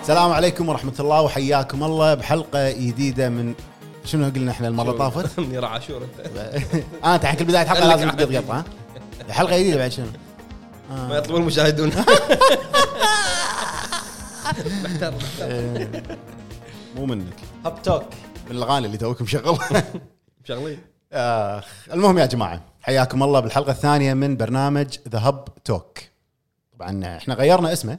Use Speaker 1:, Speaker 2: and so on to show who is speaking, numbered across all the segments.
Speaker 1: السلام عليكم ورحمة الله وحياكم الله بحلقة جديدة من شنو قلنا احنا المرة اللي طافت؟
Speaker 2: منير عاشور
Speaker 1: آه.
Speaker 2: انت
Speaker 1: انا تحت كل بداية حلقة
Speaker 2: خليك
Speaker 1: لازم
Speaker 2: عادي.
Speaker 1: اقدر قطعة ها؟ حلقة جديدة بعد شنو؟
Speaker 2: ما يطلب المشاهدون
Speaker 1: مو منك
Speaker 2: هاب توك
Speaker 1: من الاغاني اللي توك مشغلها
Speaker 2: مشغلين
Speaker 1: اخ المهم يا جماعه حياكم الله بالحلقه الثانيه من برنامج ذا هب توك طبعا احنا غيرنا اسمه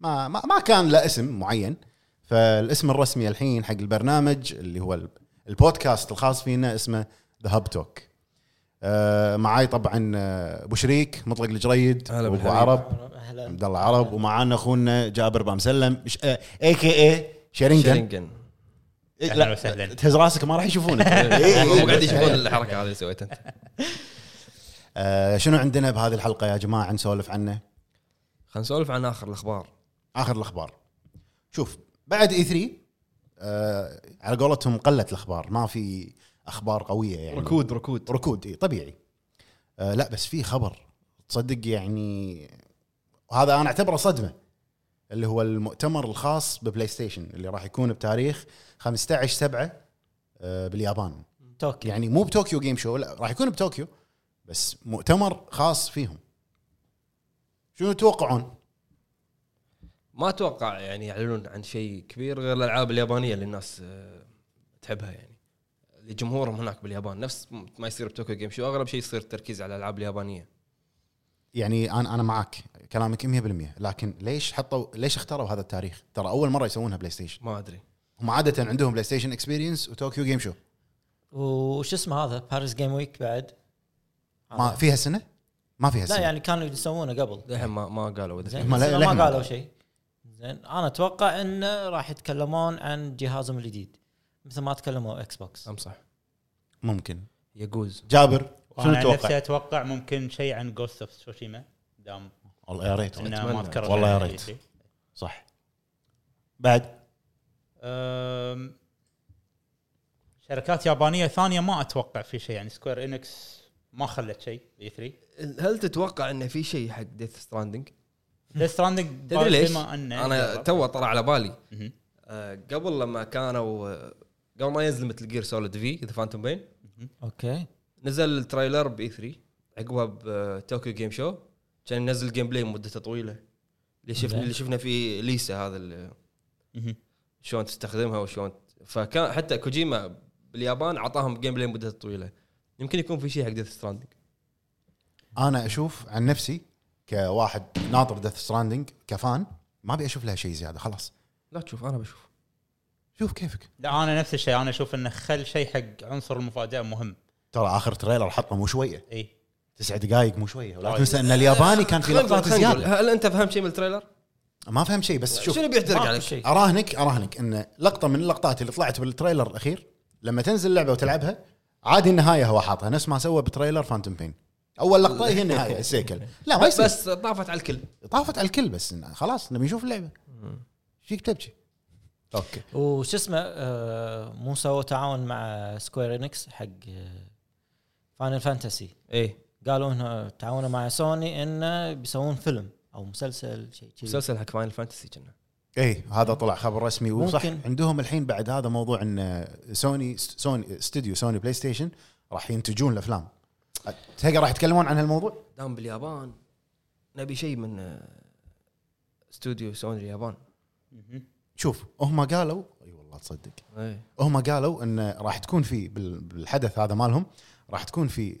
Speaker 1: ما ما, ما كان له اسم معين فالاسم الرسمي الحين حق البرنامج اللي هو ال- البودكاست الخاص فينا اسمه ذا هب توك معاي طبعا آه، ابو شريك مطلق الجريد
Speaker 2: هلا
Speaker 1: وابو
Speaker 2: بالحبيب.
Speaker 1: عرب
Speaker 3: اهلا
Speaker 1: عبد الله عرب ومعانا اخونا جابر بامسلم اي كي اي شيرينجن
Speaker 2: إيه،
Speaker 3: اهلا وسهلا
Speaker 1: تهز راسك ما راح يشوفونك إيه،
Speaker 2: مو قاعد
Speaker 1: إيه.
Speaker 2: يشوفون الحركه هذه اللي سويتها انت
Speaker 1: آه، شنو عندنا بهذه الحلقه يا جماعه نسولف عنه
Speaker 2: خلينا نسولف عن اخر الاخبار
Speaker 1: اخر الاخبار شوف بعد اي 3 آه على قولتهم قلت الاخبار ما في اخبار قويه يعني
Speaker 2: ركود
Speaker 1: ركود إيه طبيعي آه لا بس في خبر تصدق يعني وهذا انا اعتبره صدمه اللي هو المؤتمر الخاص ببلاي ستيشن اللي راح يكون بتاريخ 15 7 آه باليابان
Speaker 3: توك
Speaker 1: يعني مو بطوكيو جيم شو لا راح يكون بطوكيو بس مؤتمر خاص فيهم شنو تتوقعون؟
Speaker 2: ما اتوقع يعني يعلنون عن شيء كبير غير الالعاب اليابانيه اللي الناس آه، تحبها يعني لجمهورهم هناك باليابان نفس ما يصير بتوكيو جيم شو اغلب شيء يصير تركيز على الالعاب اليابانيه
Speaker 1: يعني انا انا معك كلامك 100% لكن ليش حطوا ليش اختاروا هذا التاريخ؟ ترى اول مره يسوونها بلاي ستيشن،
Speaker 2: ما ادري
Speaker 1: هم عاده عندهم بلاي ستيشن اكسبيرينس وطوكيو جيم شو،
Speaker 3: وش اسمه هذا باريس جيم ويك بعد
Speaker 4: آه.
Speaker 1: ما فيها سنه؟ ما فيها سنه
Speaker 3: لا يعني كانوا يسوونه قبل
Speaker 2: للحين ما ما قالوا إذا
Speaker 3: زين
Speaker 1: هم
Speaker 3: بس
Speaker 1: لا-
Speaker 3: إنه
Speaker 1: للحين ما
Speaker 3: ما قالوا
Speaker 1: قالوا.
Speaker 3: شيء زين انا اتوقع انه راح يتكلمون عن جهازهم الجديد مثل ما تكلموا اكس بوكس
Speaker 2: ام صح
Speaker 1: ممكن
Speaker 2: يجوز
Speaker 1: جابر شنو
Speaker 4: انا عن نفسي
Speaker 1: تتوقع؟
Speaker 4: اتوقع ممكن شيء عن جوست اوف تسوشيما دام
Speaker 1: والله يا ريت والله.
Speaker 4: إنه ما إيه.
Speaker 2: أتمنى.
Speaker 4: أذكر
Speaker 1: والله يا
Speaker 4: عنه أي
Speaker 1: ريت.
Speaker 4: شيء.
Speaker 1: صح بعد
Speaker 4: أم، شركات يابانيه ثانيه ما اتوقع في شيء يعني سكوير انكس ما خلت شيء E اي 3
Speaker 2: هل تتوقع انه في شيء حق ديث ستراندنج
Speaker 4: ذا ستراندنج
Speaker 2: تدري ليش؟
Speaker 4: بما انه
Speaker 2: انا
Speaker 4: جرب.
Speaker 2: تو طلع على بالي
Speaker 4: مهم.
Speaker 2: آه، قبل لما كانوا آه، قبل ما ينزل مثل جير سوليد في ذا فانتوم بين
Speaker 3: اوكي
Speaker 2: نزل التريلر باي 3 عقبها آه، بطوكيو جيم شو كان ينزل جيم بلاي مدته طويله اللي شفنا
Speaker 3: زين.
Speaker 2: اللي شفنا فيه ليسا هذا اللي
Speaker 4: مهم.
Speaker 2: شلون تستخدمها وشلون فكان حتى كوجيما باليابان اعطاهم جيم بلاي مدته طويله يمكن يكون في شيء حق ديث ستراندنج
Speaker 1: انا اشوف عن نفسي كواحد ناطر ديث ستراندنج كفان ما ابي اشوف لها شيء زياده خلاص
Speaker 2: لا تشوف انا بشوف
Speaker 1: شوف كيفك
Speaker 4: لا انا نفس الشيء انا اشوف انه خل شيء حق عنصر المفاجاه مهم إيه.
Speaker 1: ترى اخر تريلر حطه مو شويه
Speaker 4: اي
Speaker 1: تسع دقائق مو شويه ولا
Speaker 4: طيب.
Speaker 1: تنسى ان الياباني كان في
Speaker 2: خلينا
Speaker 1: لقطات
Speaker 2: نقول- خلينا نقول،
Speaker 1: زياده
Speaker 2: هل انت فهمت شيء من التريلر؟
Speaker 1: ما فهم شيء بس شوف
Speaker 2: شنو بيحترق
Speaker 3: ماكو
Speaker 2: عليك؟
Speaker 3: شيء
Speaker 1: اراهنك اراهنك ان لقطه من اللقطات اللي طلعت بالتريلر الاخير لما تنزل اللعبه وتلعبها عادي النهايه هو حاطها نفس ما سوى بتريلر فانتوم بين اول لقطه هي النهايه السيكل لا ما
Speaker 2: بس
Speaker 1: يصير
Speaker 2: بس طافت على الكل
Speaker 1: طافت على الكل بس إنه خلاص نبي نشوف اللعبه ايش فيك تبكي اوكي
Speaker 3: وش اسمه آه، مو سووا تعاون مع سكوير انكس حق فاينل فانتسي
Speaker 2: ايه
Speaker 3: قالوا انه تعاونوا مع سوني انه بيسوون فيلم او مسلسل شيء كذي.
Speaker 2: مسلسل حق فاينل فانتسي كنا
Speaker 1: اي إيه، هذا طلع خبر رسمي وصح
Speaker 3: ممكن.
Speaker 1: عندهم الحين بعد هذا موضوع ان سوني سوني استوديو سوني بلاي ستيشن راح ينتجون الافلام تلقى راح يتكلمون عن هالموضوع
Speaker 2: دام باليابان نبي شيء من آه، استوديو سوني اليابان
Speaker 4: مهم.
Speaker 1: شوف هم قالوا اي والله تصدق
Speaker 2: ايه
Speaker 1: هم قالوا ان راح تكون في بال- بالحدث هذا مالهم راح تكون في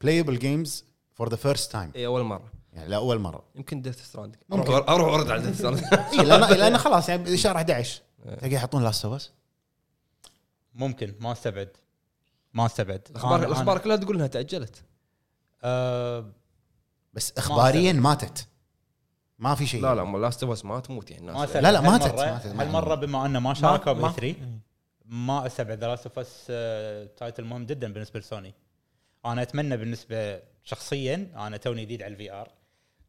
Speaker 1: بلايبل جيمز فور ذا فيرست تايم
Speaker 2: اي اول مره
Speaker 1: يعني لاول مره
Speaker 2: إيه، يمكن ديث ستراند
Speaker 1: ممكن.
Speaker 2: اروح أروح ارد على ديث ستراند
Speaker 1: اي لان لان إيه، خلاص يعني شهر 11 تلقى يحطون لاست اوف اس
Speaker 4: ممكن ما استبعد ما استبعد أنا-
Speaker 2: الاخبار
Speaker 4: أنا-
Speaker 2: الاخبار كلها تقول انها تاجلت
Speaker 4: أه،
Speaker 1: بس اخباريا
Speaker 4: أصدق.
Speaker 1: ماتت ما في شيء
Speaker 2: لا لا مو لاست اوف اس ما تموت يعني
Speaker 4: ما
Speaker 2: الناس
Speaker 4: استبعد
Speaker 1: لا، لا، إيه. ما
Speaker 4: هالمرة-
Speaker 1: تت- ما تت- ما-
Speaker 4: هالمره بما انه ما
Speaker 3: ما-
Speaker 4: شاركوا
Speaker 3: ما-
Speaker 4: باي 3 ما استبعد ذا لاست اوف اس تايتل آه، مهم جدا بالنسبه لسوني انا اتمنى بالنسبه شخصيا انا توني جديد على الفي ار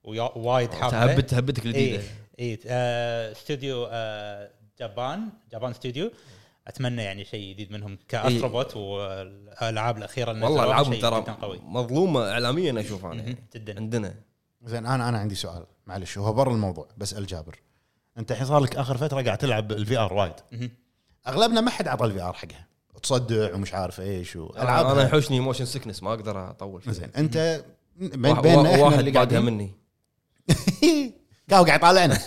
Speaker 4: ووايد حابه
Speaker 2: تهبت تهبتك الجديده
Speaker 1: إيه.
Speaker 4: اي إي، آه، استوديو آه، جابان جابان استوديو اتمنى يعني شيء جديد منهم كاستروبوت والالعاب الاخيره اللي
Speaker 2: إيه. والله
Speaker 4: نزلوها
Speaker 2: العابهم
Speaker 4: شيء جدا
Speaker 2: ترى
Speaker 4: قوي
Speaker 2: مظلومه اعلاميا اشوف انا
Speaker 4: مهم،
Speaker 2: يعني.
Speaker 4: جدا
Speaker 2: عندنا
Speaker 1: زين انا انا عندي سؤال معلش هو برا الموضوع بسال جابر انت الحين صار لك اخر فتره قاعد تلعب الفي ار وايد
Speaker 4: مهم.
Speaker 1: اغلبنا ما حد عطى الفي ار حقها تصدع ومش عارف ايش
Speaker 2: العاب انا
Speaker 1: والعاب
Speaker 2: يحوشني موشن سكنس ما اقدر اطول فيه.
Speaker 1: زين انت بين
Speaker 2: واحد-
Speaker 1: بيننا احنا
Speaker 2: واحد
Speaker 1: اللي
Speaker 2: بعدها
Speaker 1: قاعدين
Speaker 2: مني
Speaker 1: كاو قاعد يطالعنا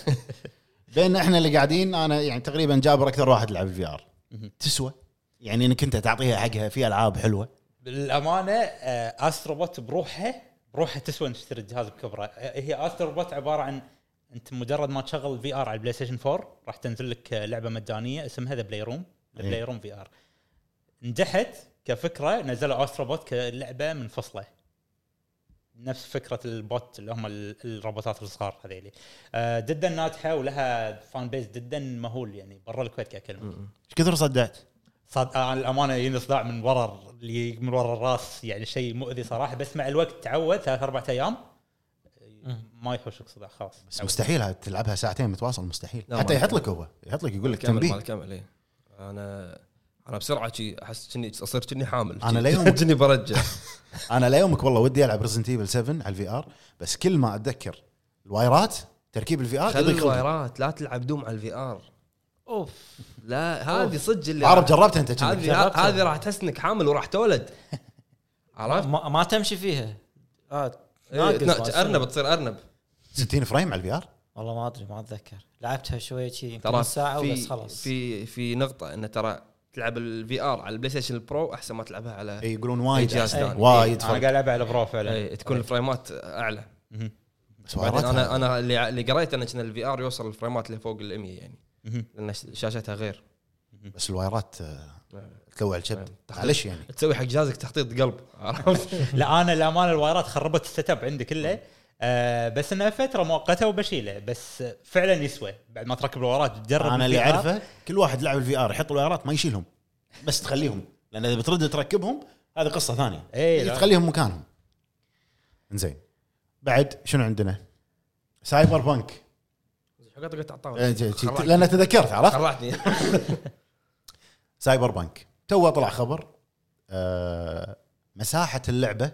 Speaker 1: بيننا احنا اللي قاعدين انا يعني تقريبا جابر اكثر واحد لعب في ار
Speaker 4: مهم.
Speaker 1: تسوى يعني انك انت تعطيها حقها في العاب حلوه
Speaker 4: بالامانه آه، استروبوت بروحها بروحها تسوى ان تشتري الجهاز بكبره آه، هي استروبوت عباره عن انت مجرد ما تشغل في ار على البلاي ستيشن 4 راح تنزل لك آه، لعبه مجانيه اسمها ذا بلاي روم ذا
Speaker 1: إيه.
Speaker 4: بلاي روم في ار نجحت كفكره نزلوا استروبوت كلعبه منفصله نفس فكره البوت اللي هم ال- الروبوتات الصغار هذيلي آه، جدا ناجحه ولها فان بيز جدا مهول يعني برا الكويت ككلمه
Speaker 2: م- م.
Speaker 1: ايش كثر صدعت؟
Speaker 4: صاد انا الامانه يجيني صداع من ورا اللي من ورا الراس يعني شيء مؤذي صراحه بس مع الوقت تعود ثلاث اربع ايام ما يحوشك صداع خلاص
Speaker 1: بس مستحيل هاد تلعبها ساعتين متواصل مستحيل
Speaker 2: لا،
Speaker 1: حتى
Speaker 2: ما
Speaker 1: يحط
Speaker 2: يمكن.
Speaker 1: لك هو يحط لك يقول لك
Speaker 2: كمل
Speaker 1: تنبيه
Speaker 2: مال كمل ايه انا انا بسرعه شي احس كني اصير كني حامل
Speaker 1: أنا
Speaker 2: شي-
Speaker 1: ليوم-
Speaker 2: كني برجع
Speaker 1: انا ليومك والله ودي العب ريزنت ايفل 7 على الفي ار بس كل ما اتذكر الوايرات تركيب الفي ار
Speaker 2: خلي الوايرات لا تلعب دوم على الفي ار
Speaker 3: اوف
Speaker 2: لا هذه صدق اللي
Speaker 1: عرب جربتها انت كذي.
Speaker 2: هذه
Speaker 3: جربتها.
Speaker 2: هذه راح تحس انك حامل وراح تولد عرفت؟
Speaker 3: ما, ما تمشي فيها آه
Speaker 2: إيه،
Speaker 3: ناقص
Speaker 2: تنا-
Speaker 3: ما
Speaker 2: ارنب تصير ارنب
Speaker 1: 60 فريم على الفي ار
Speaker 3: والله ما ادري ما اتذكر لعبتها شويه شي
Speaker 2: ترى
Speaker 3: ترى ساعه
Speaker 2: في-
Speaker 3: وبس خلاص
Speaker 2: في في نقطه انه ترى تلعب الفي ار على البلاي ستيشن البرو احسن ما تلعبها على
Speaker 1: اي يقولون
Speaker 2: أي
Speaker 1: وايد
Speaker 2: جهاز
Speaker 1: إيه، أحسن. إيه.
Speaker 2: ثاني.
Speaker 1: وايد
Speaker 4: انا
Speaker 1: فرق
Speaker 4: إيه، قاعد العبها على برو إيه. فعلا
Speaker 2: اي إيه، تكون الفريمات اعلى
Speaker 4: مهم.
Speaker 1: بس
Speaker 2: بعدين
Speaker 1: وايراتها-
Speaker 2: انا انا اللي اللي قريت انا كان الفي ار يوصل الفريمات لفوق ال 100 يعني
Speaker 4: مهم.
Speaker 2: لان ش- شاشتها غير
Speaker 1: بس الوايرات آه،
Speaker 2: نعم.
Speaker 1: تلوع الكبد
Speaker 2: نعم.
Speaker 1: معلش يعني
Speaker 2: تسوي حق جهازك تحطيط قلب عرفت؟
Speaker 4: لا انا الامانه الوايرات خربت السيت اب عندي كله آه بس انها فتره مؤقته وبشيله بس فعلا يسوى بعد ما تركب الوايرات تجرب
Speaker 1: انا اللي
Speaker 4: الفي آر.
Speaker 1: اعرفه كل واحد لعب الفي ار يحط الوايرات ما يشيلهم بس تخليهم لان اذا بترد تركبهم هذه قصه ثانيه
Speaker 4: إي، إيه، لا.
Speaker 1: تخليهم مكانهم زين بعد شنو عندنا؟ سايبر بانك
Speaker 2: حقت قطع
Speaker 1: آه،
Speaker 2: الطاوله
Speaker 1: جي- جي-
Speaker 2: خرعتني.
Speaker 1: لان تذكرت عرفت؟
Speaker 2: خرعتني
Speaker 1: سايبر بانك تو طلع خبر آه مساحه اللعبه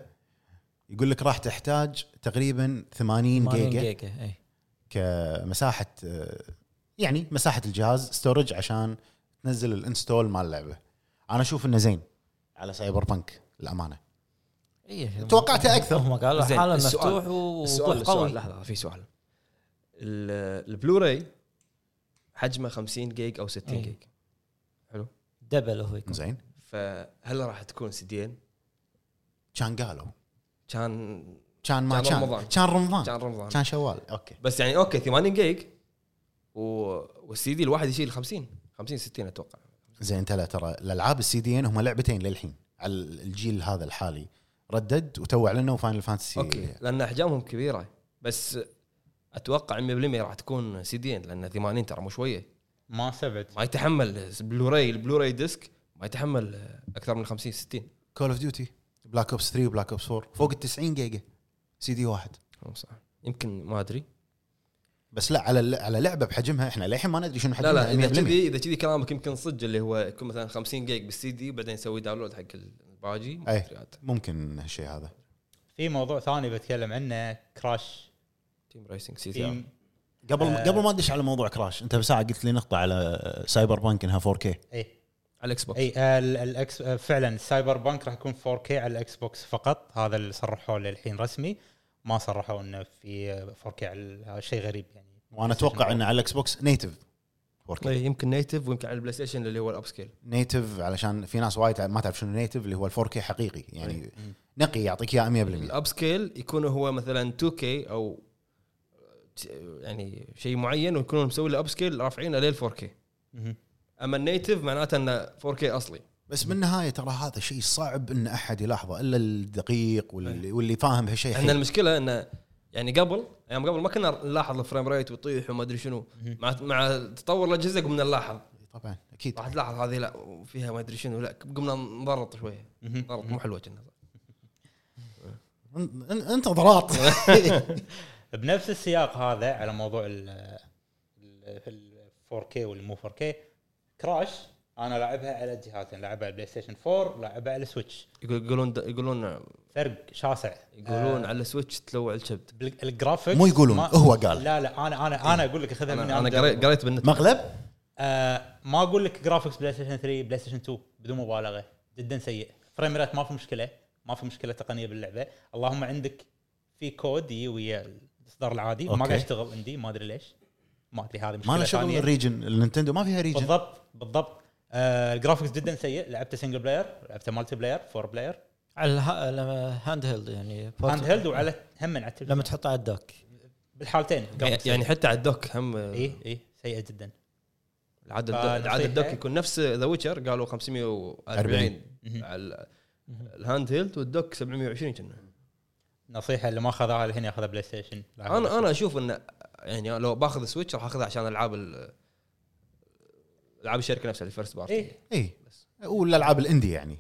Speaker 1: يقول لك راح تحتاج تقريبا 80
Speaker 3: 80
Speaker 1: جيجا
Speaker 3: جيجا إيه. اي
Speaker 1: كمساحه آه، يعني مساحه الجهاز ستورج عشان تنزل الانستول مال اللعبه انا اشوف انه زين على سايبر بانك الامانه
Speaker 3: اي
Speaker 1: توقعته أكثر.
Speaker 3: إيه، هم قالوا
Speaker 2: زين،
Speaker 3: حاله
Speaker 2: السؤال-
Speaker 3: مفتوح ووضوح
Speaker 2: السؤال السؤال
Speaker 3: قوي
Speaker 2: لحظه في سؤال ال- البلوراي حجمه 50 جيج او 60
Speaker 3: إيه.
Speaker 2: جيج
Speaker 3: دبل هو يكون
Speaker 1: زين
Speaker 2: فهل راح تكون سدين؟
Speaker 1: كان قالوا
Speaker 2: كان
Speaker 1: كان ما
Speaker 2: كان
Speaker 1: كان
Speaker 2: رمضان.
Speaker 1: كان رمضان
Speaker 2: كان رمضان
Speaker 1: آه. كان شوال اوكي
Speaker 2: بس يعني اوكي 80 جيج و... والسي دي الواحد يشيل 50 50 60 اتوقع
Speaker 1: زين انت لا ترى الالعاب السي دي ان هم لعبتين للحين على الجيل هذا الحالي ردد وتو اعلنوا فاينل فانتسي
Speaker 2: اوكي لان احجامهم كبيره بس اتوقع 100% راح تكون سي دي لان 80 ترى مو شويه
Speaker 4: ما ثبت
Speaker 2: ما يتحمل بلوراي البلوراي ديسك ما يتحمل اكثر من 50 60
Speaker 1: كول اوف ديوتي بلاك اوبس 3 وبلاك اوبس 4 فوق ال 90 جيجا سي دي واحد
Speaker 2: مو صح يمكن ما ادري
Speaker 1: بس لا على على لعبه بحجمها احنا للحين ما ندري شنو
Speaker 2: لا
Speaker 1: حجمها
Speaker 2: لا اذا
Speaker 1: 100%.
Speaker 2: كذي اذا كذي كلامك يمكن صدق اللي هو يكون مثلا 50 جيج بالسي دي بعدين يسوي داونلود حق الباجي ما
Speaker 1: أي.
Speaker 2: أدري عاد.
Speaker 1: ممكن هالشيء هذا
Speaker 4: في موضوع ثاني بتكلم عنه كراش
Speaker 2: تيم رايسنج سي دي
Speaker 4: في
Speaker 1: قبل
Speaker 4: آه.
Speaker 1: قبل ما ادش على موضوع كراش انت بساعه قلت لي نقطه على سايبر بانك انها 4K
Speaker 4: ايه
Speaker 2: على الاكس بوكس
Speaker 4: اي ال- الاكس آه، فعلا السايبر بانك راح يكون 4K على الاكس بوكس فقط هذا اللي صرحوه للحين رسمي ما صرحوا انه في آه، 4K على ال- هذا شيء غريب يعني
Speaker 1: وانا اتوقع انه على الاكس بوكس نيتف 4K
Speaker 2: إي، إيه، يمكن نيتف ويمكن على البلاي ستيشن اللي هو الاب سكيل
Speaker 1: نيتف علشان في ناس وايد ما تعرف شنو نيتف اللي هو ال 4K حقيقي يعني
Speaker 4: مم.
Speaker 1: نقي يعطيك اياه 100%
Speaker 2: الاب سكيل يكون هو مثلا 2K او ت- يعني شيء معين ويكونون مسوي له اب سكيل رافعينه لل 4K اما النيتف معناته انه 4K اصلي
Speaker 1: بس بالنهايه ترى هذا شيء صعب ان احد يلاحظه الا الدقيق واللي, واللي فاهم هالشيء
Speaker 2: احنا
Speaker 1: حيل.
Speaker 2: المشكله انه يعني قبل ايام قبل ما كنا نلاحظ الفريم ريت ويطيح وما ادري شنو
Speaker 4: مهم.
Speaker 2: مع مع تطور الاجهزه قمنا نلاحظ
Speaker 1: طبعا اكيد
Speaker 2: راح تلاحظ هذه لا وفيها ما ادري شنو لا قمنا نضرط شويه نضرط مو حلوه كنا
Speaker 1: أن- أن- انت ضراط
Speaker 4: بنفس السياق هذا آه، على موضوع ال ال- ال 4K واللي مو 4K كراش انا لاعبها على الجهازين لاعبها على البلاي ستيشن 4 لاعبها على السويتش
Speaker 2: يقول- يقولون يقولون
Speaker 4: فرق شاسع
Speaker 2: يقولون
Speaker 4: آه
Speaker 2: على سويتش تلوع الكبد
Speaker 4: بال- الجرافيكس
Speaker 1: مو يقولون،
Speaker 4: ما-
Speaker 1: هو قال.
Speaker 4: لا لا انا انا انا اقول لك اخذها مني
Speaker 2: انا انا
Speaker 4: أبدأ.
Speaker 2: قريت قريت بالنت
Speaker 1: مغلب
Speaker 4: آه ما اقول لك جرافيكس بلاي ستيشن 3 بلاي ستيشن 2 بدون مبالغه جدا سيء فريم ريت ما في مشكله ما في مشكله تقنيه باللعبه اللهم عندك في كود يجي ويا الاصدار العادي ما
Speaker 1: أوكي.
Speaker 4: قاعد يشتغل عندي ما ادري ليش ما ادري هذه
Speaker 1: ما
Speaker 4: مشكله
Speaker 1: له
Speaker 4: ثانيه
Speaker 1: شغل ريجن النينتندو ما فيها ريجن
Speaker 4: بالضبط بالضبط آه الجرافيكس جدا سيء لعبته سنجل بلاير لعبته مالتي بلاير فور بلاير
Speaker 3: على الها- لما هاند هيلد يعني portable.
Speaker 4: هاند هيلد وعلى هم على التلفزيون
Speaker 3: لما تحطه على الدوك
Speaker 4: بالحالتين إيه،
Speaker 2: يعني حتى على الدوك هم
Speaker 4: اي اي سيئه جدا
Speaker 2: العدد
Speaker 4: فنصيحة.
Speaker 2: العدد الدوك يكون نفس ذا ويتشر قالوا 540
Speaker 4: مهم.
Speaker 2: على ال- الهاند هيلد والدوك 720 كنا
Speaker 4: نصيحه اللي ما اخذها الحين ياخذها بلاي ستيشن لا،
Speaker 2: انا انا اشوف انه يعني لو باخذ سويتش راح اخذها عشان العاب ال- العاب الشركه نفسها الفيرست بارتي
Speaker 4: اي
Speaker 1: اي والالعاب الاندي يعني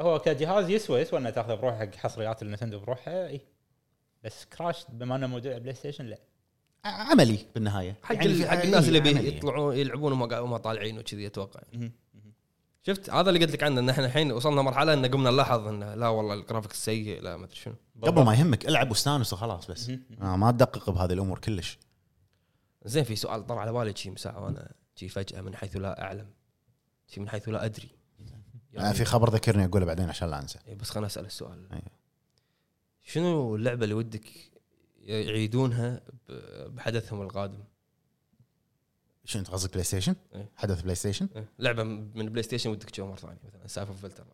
Speaker 4: هو كجهاز يسوى يسوى انه تاخذه بروحه حق حصريات النتندو بروحه اي بس كراش بما انه موضوع بلاي ستيشن لا
Speaker 1: ع- عملي بالنهايه
Speaker 2: حق
Speaker 1: يعني
Speaker 2: ال-
Speaker 1: في-
Speaker 2: حق
Speaker 1: إي،
Speaker 2: الناس اللي
Speaker 1: عملي.
Speaker 2: بي- يطلعون يلعبون وما قا- وما طالعين وكذي اتوقع
Speaker 4: مهم. مهم.
Speaker 2: شفت هذا اللي قلت لك عنه ان احنا الحين وصلنا مرحله ان قمنا نلاحظ انه لا والله الجرافيكس سيء لا ما ادري شنو
Speaker 1: يعني. قبل ما يهمك العب واستانس وخلاص بس
Speaker 4: مهم.
Speaker 1: آه ما تدقق بهذه الامور كلش
Speaker 2: زين في سؤال طلع على بالي شي من ساعه وانا شي فجاه من حيث لا اعلم شي من حيث لا ادري
Speaker 1: آه في خبر ذكرني اقوله بعدين عشان لا انسى
Speaker 2: إيه بس خلنا اسال السؤال
Speaker 1: أي.
Speaker 2: شنو اللعبه اللي ودك يعيدونها ب- بحدثهم القادم؟
Speaker 1: شو انت قصدك بلاي ستيشن؟
Speaker 2: إيه.
Speaker 1: حدث بلاي ستيشن؟
Speaker 2: إيه، لعبه من بلاي ستيشن ودك تشوفها مره ثانيه مثلا سالفه فلتر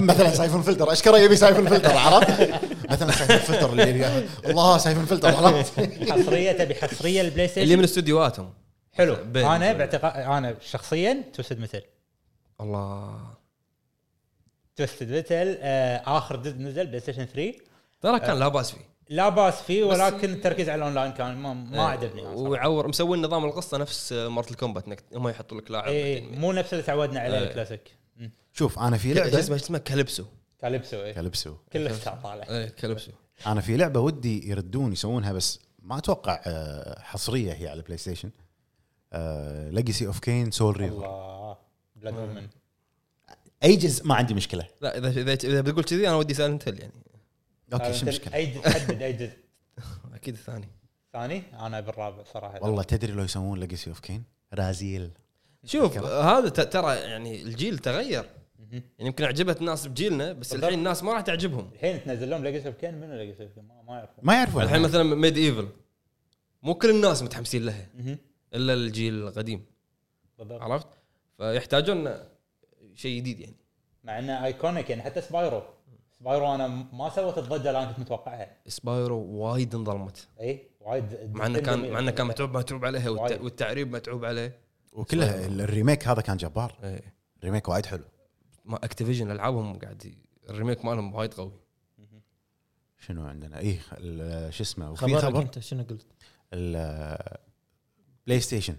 Speaker 1: مثلا سايفون فلتر اشكره يبي سايفون فلتر عرفت؟ مثلا سايفون فلتر اللي الله سايفون فلتر
Speaker 2: إيه.
Speaker 1: عرفت؟
Speaker 4: حصريه تبي حصريه البلاي
Speaker 2: اللي
Speaker 4: ستيشن
Speaker 2: من استديوهاتهم
Speaker 4: حلو
Speaker 2: بين-
Speaker 4: انا
Speaker 2: بين.
Speaker 4: باعتقاد انا شخصيا توستد مثل
Speaker 2: الله
Speaker 4: توستد ميتال آه، اخر جزء نزل بلاي ستيشن 3
Speaker 2: ترى
Speaker 4: آه.
Speaker 2: كان لا باس فيه
Speaker 4: لا باس فيه
Speaker 2: بس- إيه.
Speaker 4: ولكن التركيز على الاونلاين كان ما, ما عجبني أنا صراحة.
Speaker 2: ويعور مسوي نظام القصه نفس مارتل كومبات انك هم يحطوا لك لاعب
Speaker 4: اي
Speaker 2: بعدين.
Speaker 4: إيه، مو نفس اللي تعودنا عليه
Speaker 2: يعني. إيه.
Speaker 4: الكلاسيك مم.
Speaker 1: شوف انا في
Speaker 2: شو
Speaker 1: لعبه
Speaker 2: اسمه شو اسمه كاليبسو
Speaker 4: كاليبسو اي
Speaker 1: كالبسو
Speaker 4: كله طالع
Speaker 2: ايه كاليبسو
Speaker 1: انا في لعبه ودي يردون يسوونها بس ما اتوقع آه، حصريه هي على آه، البلاي ستيشن ليجسي اوف كين سول ريفر
Speaker 4: الله بلاد وومن
Speaker 1: ايجز ما عندي مشكله
Speaker 2: لا اذا اذا اذا بتقول كذي انا ودي سايلنت هيل يعني
Speaker 4: آه،
Speaker 1: اوكي شو المشكله
Speaker 4: اي جزء حدد اي جزء
Speaker 2: اكيد الثاني
Speaker 4: ثاني انا بالرابع صراحه
Speaker 1: والله تدري لو يسوون ليجسي اوف كين رازيل
Speaker 2: شوف
Speaker 1: فكرة.
Speaker 2: هذا ت- ترى يعني الجيل تغير
Speaker 4: مهم.
Speaker 2: يعني يمكن عجبت الناس بجيلنا بس
Speaker 4: بالضبط.
Speaker 2: الحين الناس ما راح تعجبهم
Speaker 4: الحين تنزل لهم ليجسي اوف كين منو ليجسي اوف كين ما, ما يعرفون
Speaker 1: ما يعرفون
Speaker 2: الحين مثلا ميد ايفل مو كل الناس متحمسين لها
Speaker 4: مهم.
Speaker 2: الا الجيل القديم
Speaker 4: بالضبط
Speaker 2: عرفت فيحتاجون شيء جديد يعني
Speaker 4: مع انه ايكونيك يعني حتى سبايرو سبايرو انا ما سوت الضجه اللي انا كنت متوقعها
Speaker 2: سبايرو وايد انظلمت
Speaker 4: اي وايد
Speaker 2: مع انه كان
Speaker 4: جميلة.
Speaker 2: مع انه كان متعوب متعوب عليها والت-
Speaker 4: وايد.
Speaker 2: والتعريب متعوب عليه
Speaker 1: وكله الريميك هذا كان جبار
Speaker 2: إيه.
Speaker 1: ريميك وايد حلو
Speaker 2: ما اكتيفيجن العابهم قاعد ي- الريميك مالهم وايد قوي
Speaker 1: شنو عندنا اي شو اسمه وفي
Speaker 3: خبرك
Speaker 1: خبر
Speaker 3: انت شنو قلت؟
Speaker 1: البلاي ستيشن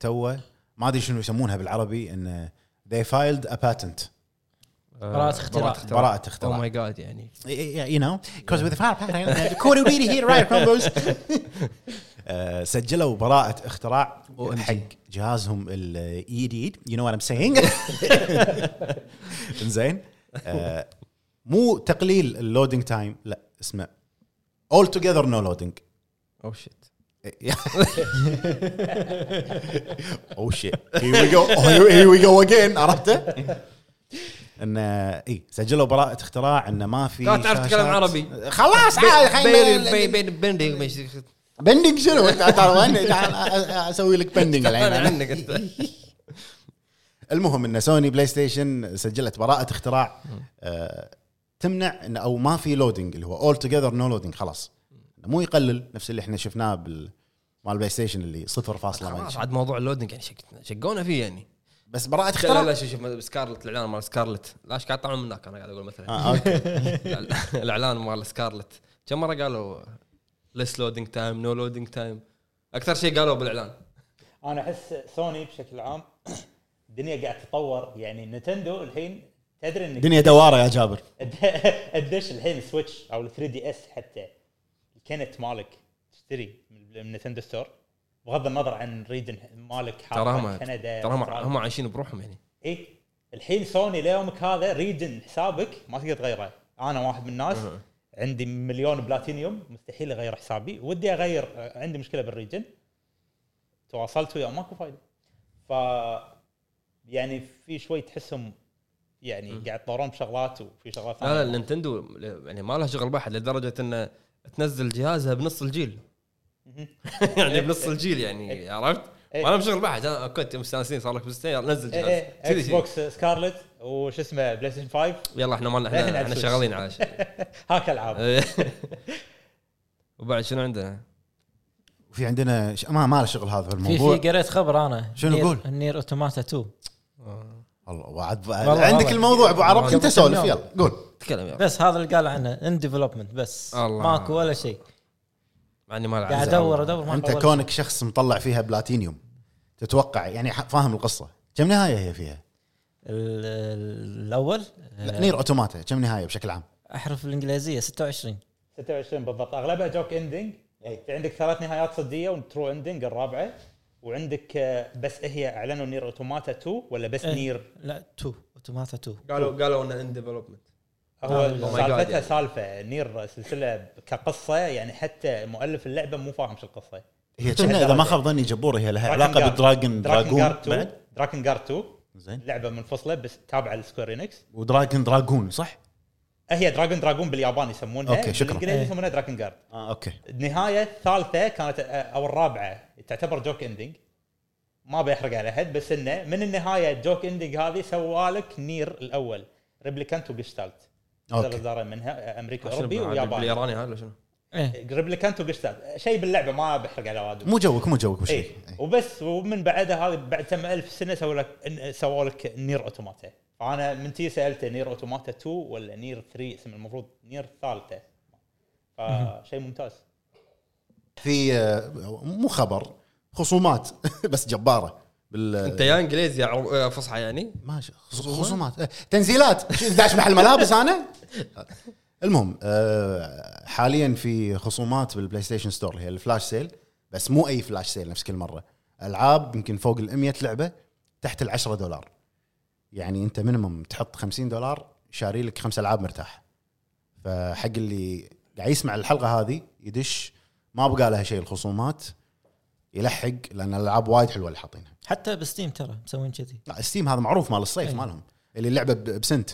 Speaker 1: تو ما ادري شنو يسمونها بالعربي ان they filed a patent
Speaker 2: آه،
Speaker 3: براءة اختراع.
Speaker 1: براءة
Speaker 2: او
Speaker 1: اختراع
Speaker 2: ماي جاد يعني
Speaker 1: you know because with the fire كوري ويري هير رايت كومبوز Uh, سجلوا براءة اختراع
Speaker 2: OMG.
Speaker 1: حق جهازهم E الاي دي يو نو وات ام سينج زين آه، مو تقليل اللودينج تايم لا اسمه اول توجذر نو لودينج
Speaker 2: او شيت
Speaker 1: او شيت هير وي جو هير وي جو اجين عرفته؟ انه اي إيه، سجلوا براءة اختراع انه ما في
Speaker 2: لا تعرف
Speaker 1: شاشات.
Speaker 2: تتكلم عربي.
Speaker 1: خلاص عادي، خلينا-
Speaker 2: بين بين بين بين
Speaker 1: بندنج شنو انت تعال وين تعال أ- أ- اسوي لك بندنج الحين
Speaker 2: أنا
Speaker 1: أنا.
Speaker 2: عنك انت
Speaker 1: المهم ان سوني بلاي ستيشن سجلت براءه اختراع آه، تمنع إن او ما في لودنج اللي هو اول توجذر نو لودنج خلاص مو يقلل نفس اللي احنا شفناه بال مال البلاي ستيشن اللي 0.1 ما أدري
Speaker 2: خلاص
Speaker 1: شنو.
Speaker 2: عاد موضوع اللودنج يعني شق- شقونا فيه يعني
Speaker 1: بس براءه
Speaker 2: لا
Speaker 1: اختراع
Speaker 2: لا شوف شوف سكارلت الاعلان مال سكارلت لا ايش قاعد طعم من هناك انا قاعد اقول مثلا
Speaker 1: آه، أوكي.
Speaker 2: الإعلان- الاعلان مال سكارلت كم مره قالوا ليس لودنج تايم نو لودنج تايم اكثر شيء قالوا بالاعلان
Speaker 4: انا احس سوني بشكل عام الدنيا قاعد تتطور يعني نتندو الحين تدري انك
Speaker 1: دنيا دواره يا جابر
Speaker 4: قد- قديش الحين سويتش او 3 دي اس حتى الكنت مالك تشتري من من نتندو ستور بغض النظر عن ريدن مالك
Speaker 2: تراهم
Speaker 4: كندا
Speaker 2: تراهم
Speaker 4: أستراليا.
Speaker 2: هم عايشين بروحهم يعني
Speaker 4: اي الحين إيه؟ سوني ليومك هذا ريدن حسابك ما تقدر تغيره انا واحد من الناس
Speaker 2: أه.
Speaker 4: عندي مليون بلاتينيوم مستحيل اغير حسابي ودي اغير عندي مشكله بالريجن تواصلت وياه ماكو فايده ف يعني في شوي تحسهم يعني
Speaker 2: مم.
Speaker 4: قاعد يطورون بشغلات وفي شغلات ثانيه
Speaker 2: لا لا نينتندو يعني ما لها شغل بحد لدرجه انه تنزل جهازها بنص الجيل
Speaker 4: مهم. إيه.
Speaker 2: يعني بنص الجيل يعني عرفت؟ ما لها شغل بحد انا كنت مستانسين صار لك بلايستيشن نزل
Speaker 4: إيه،
Speaker 2: جهاز
Speaker 4: إيه،
Speaker 2: كذي
Speaker 4: اكس
Speaker 2: شيء.
Speaker 4: بوكس سكارلت وش اسمه بلاي ستيشن 5
Speaker 2: يلا احنا مالنا
Speaker 4: لا،
Speaker 2: احنا
Speaker 4: نلعب
Speaker 2: احنا
Speaker 4: سويتش.
Speaker 2: شغالين على شيء
Speaker 4: هاك العاب
Speaker 2: وبعد شنو عندنا؟
Speaker 1: وفي عندنا ش... ما ما له شغل هذا
Speaker 3: في
Speaker 1: الموضوع
Speaker 3: في قريت خبر انا
Speaker 1: شنو
Speaker 3: نير-
Speaker 1: قول؟
Speaker 3: النير اوتوماتا 2
Speaker 1: الله وعد
Speaker 3: والله،
Speaker 1: عندك
Speaker 3: والله.
Speaker 1: الموضوع ابو عرب انت
Speaker 3: قبل
Speaker 1: سولف
Speaker 3: كم يوم.
Speaker 1: يلا قول
Speaker 2: تكلم يلا
Speaker 3: بس هذا اللي قال عنه ان ديفلوبمنت بس
Speaker 2: الله.
Speaker 3: ماكو ولا شيء
Speaker 2: مع اني ما لعبت
Speaker 3: قاعد ادور ادور ماكو
Speaker 1: انت
Speaker 3: ولا
Speaker 1: كونك شخص مطلع فيها بلاتينيوم تتوقع يعني ح- فاهم القصه كم نهايه هي فيها؟
Speaker 3: شيء. ال- ال- الاول
Speaker 1: لا
Speaker 3: آه،
Speaker 1: نير اوتوماتا كم نهايه بشكل عام؟
Speaker 3: احرف الانجليزيه 26
Speaker 4: 26 بالضبط اغلبها جوك اندنج
Speaker 1: إيه.
Speaker 4: في عندك ثلاث نهايات صديه وترو اندنج الرابعه وعندك آه، بس هي اعلنوا نير اوتوماتا 2 ولا بس
Speaker 3: إيه.
Speaker 4: نير
Speaker 3: لا 2 اوتوماتا 2
Speaker 2: قالوا قالوا انه ان ديفلوبمنت
Speaker 4: هو
Speaker 3: Oh my
Speaker 2: God،
Speaker 4: سالفتها
Speaker 2: يعني.
Speaker 4: سالفه نير سلسله كقصه يعني حتى مؤلف اللعبه مو فاهم شو القصه
Speaker 1: هي كنا اذا ما خاب ظني جبور هي لها
Speaker 4: دراكن
Speaker 1: علاقه
Speaker 4: جارد.
Speaker 1: بالدراجون
Speaker 4: دراكن
Speaker 1: دراجون
Speaker 4: جارد 2
Speaker 1: بعد
Speaker 4: دراكن جارد 2
Speaker 1: زين
Speaker 4: لعبه منفصله بس تابعه لسكوير انكس
Speaker 1: ودراجون دراجون صح؟
Speaker 4: هي دراجون دراجون باليابان يسمونها
Speaker 1: أوكي، شكراً.
Speaker 4: بالانجليزي
Speaker 3: إيه.
Speaker 4: يسمونها دراكن جارد
Speaker 1: اه اوكي
Speaker 4: النهايه الثالثه كانت او الرابعه تعتبر جوك اندنج ما بيحرق على احد بس انه من النهايه الجوك اندنج هذه سوالك نير الاول ريبليكانت وجشتالت
Speaker 1: اوكي
Speaker 4: زرزاره منها امريكا
Speaker 2: شنو
Speaker 4: اوروبي ويابان
Speaker 2: بالياباني هذا ولا شنو؟
Speaker 4: إيه.
Speaker 3: ايه
Speaker 4: ريبليكانت وجشتالت شيء باللعبه ما بيحرق على واجد
Speaker 1: مو جوك مو جوك
Speaker 4: اي
Speaker 1: وشي
Speaker 4: وبس ومن بعدها هذه بعد كم ألف سنه سووا لك إن- سووا لك نير اوتوماتا فانا من تي سالته نير اوتوماتا 2 ولا نير 3 اسم المفروض نير ثالثه فشيء ممتاز
Speaker 1: في آه، مو خبر خصومات بس جباره بال
Speaker 2: انت يا انجليزي يا عرب- يا فصحى يعني
Speaker 1: ماشي خصومات آه، تنزيلات شو داش محل ملابس انا المهم آه، حاليا في خصومات بالبلاي ستيشن ستور هي الفلاش سيل بس مو اي فلاش سيل نفس كل مره العاب يمكن فوق ال 100 لعبه تحت ال 10 دولار يعني انت مينيمم تحط 50 دولار شاري لك خمس العاب مرتاح فحق اللي قاعد يسمع الحلقه هذه يدش ما بقى لها شيء الخصومات يلحق لان الالعاب وايد حلوه اللي حاطينها
Speaker 3: حتى بستيم ترى مسوين كذي
Speaker 1: لا ستيم هذا معروف مال الصيف
Speaker 3: أي.
Speaker 1: مالهم اللي اللعبه ب- بسنت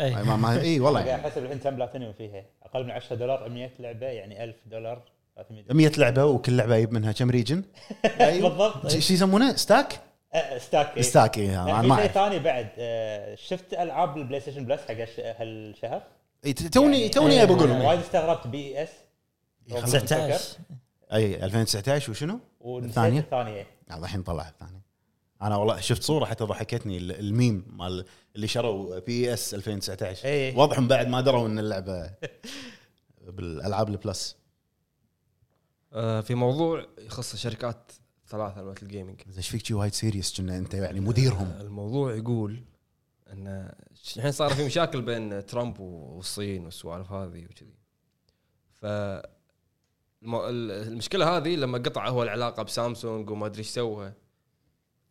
Speaker 1: أي
Speaker 3: ايه
Speaker 1: ما ما اي والله
Speaker 4: قاعد
Speaker 1: يعني.
Speaker 4: احسب الحين كم بلاتينيوم فيها اقل من 10 دولار 100 لعبه يعني 1000 دولار 300 دولار
Speaker 1: 100 لعبه وكل لعبه يجيب منها كم ريجن
Speaker 4: بالضبط.
Speaker 1: ش- شو يسمونه ستاك
Speaker 4: أه، ستاك إيه.
Speaker 1: أيوه. ستاك اي
Speaker 4: أه،
Speaker 1: ما
Speaker 4: في شيء
Speaker 1: اعرف
Speaker 4: ثاني بعد أه، شفت العاب البلاي ستيشن بلس حق هالش- هالشهر
Speaker 1: إي، ت- إيه، توني
Speaker 4: يعني-
Speaker 1: توني إيه. بقول
Speaker 4: أنا
Speaker 1: لهم.
Speaker 4: وايد استغربت بي إي اس
Speaker 1: إي، خلاص.
Speaker 3: 19
Speaker 1: اي 2019 وشنو؟
Speaker 4: ونسيت إيه،
Speaker 1: الثانية؟
Speaker 4: الثانيه
Speaker 1: لا، الحين طلع الثاني انا والله شفت صوره حتى ضحكتني ال- الميم مال اللي شروا بي اس 2019
Speaker 4: إي.
Speaker 1: واضحهم بعد ما دروا ان اللعبه بالالعاب البلس
Speaker 2: آه، في موضوع يخص الشركات الثلاثه مالت الجيمنج
Speaker 1: اذا ايش فيك شي وايد سيريس كنا انت يعني مديرهم
Speaker 2: الموضوع يقول ان ش- الحين صار في مشاكل بين ترامب و- والصين والسوالف هذه وكذي ف الم- ال- المشكله هذه لما قطع هو العلاقه بسامسونج وما ادري ايش سوى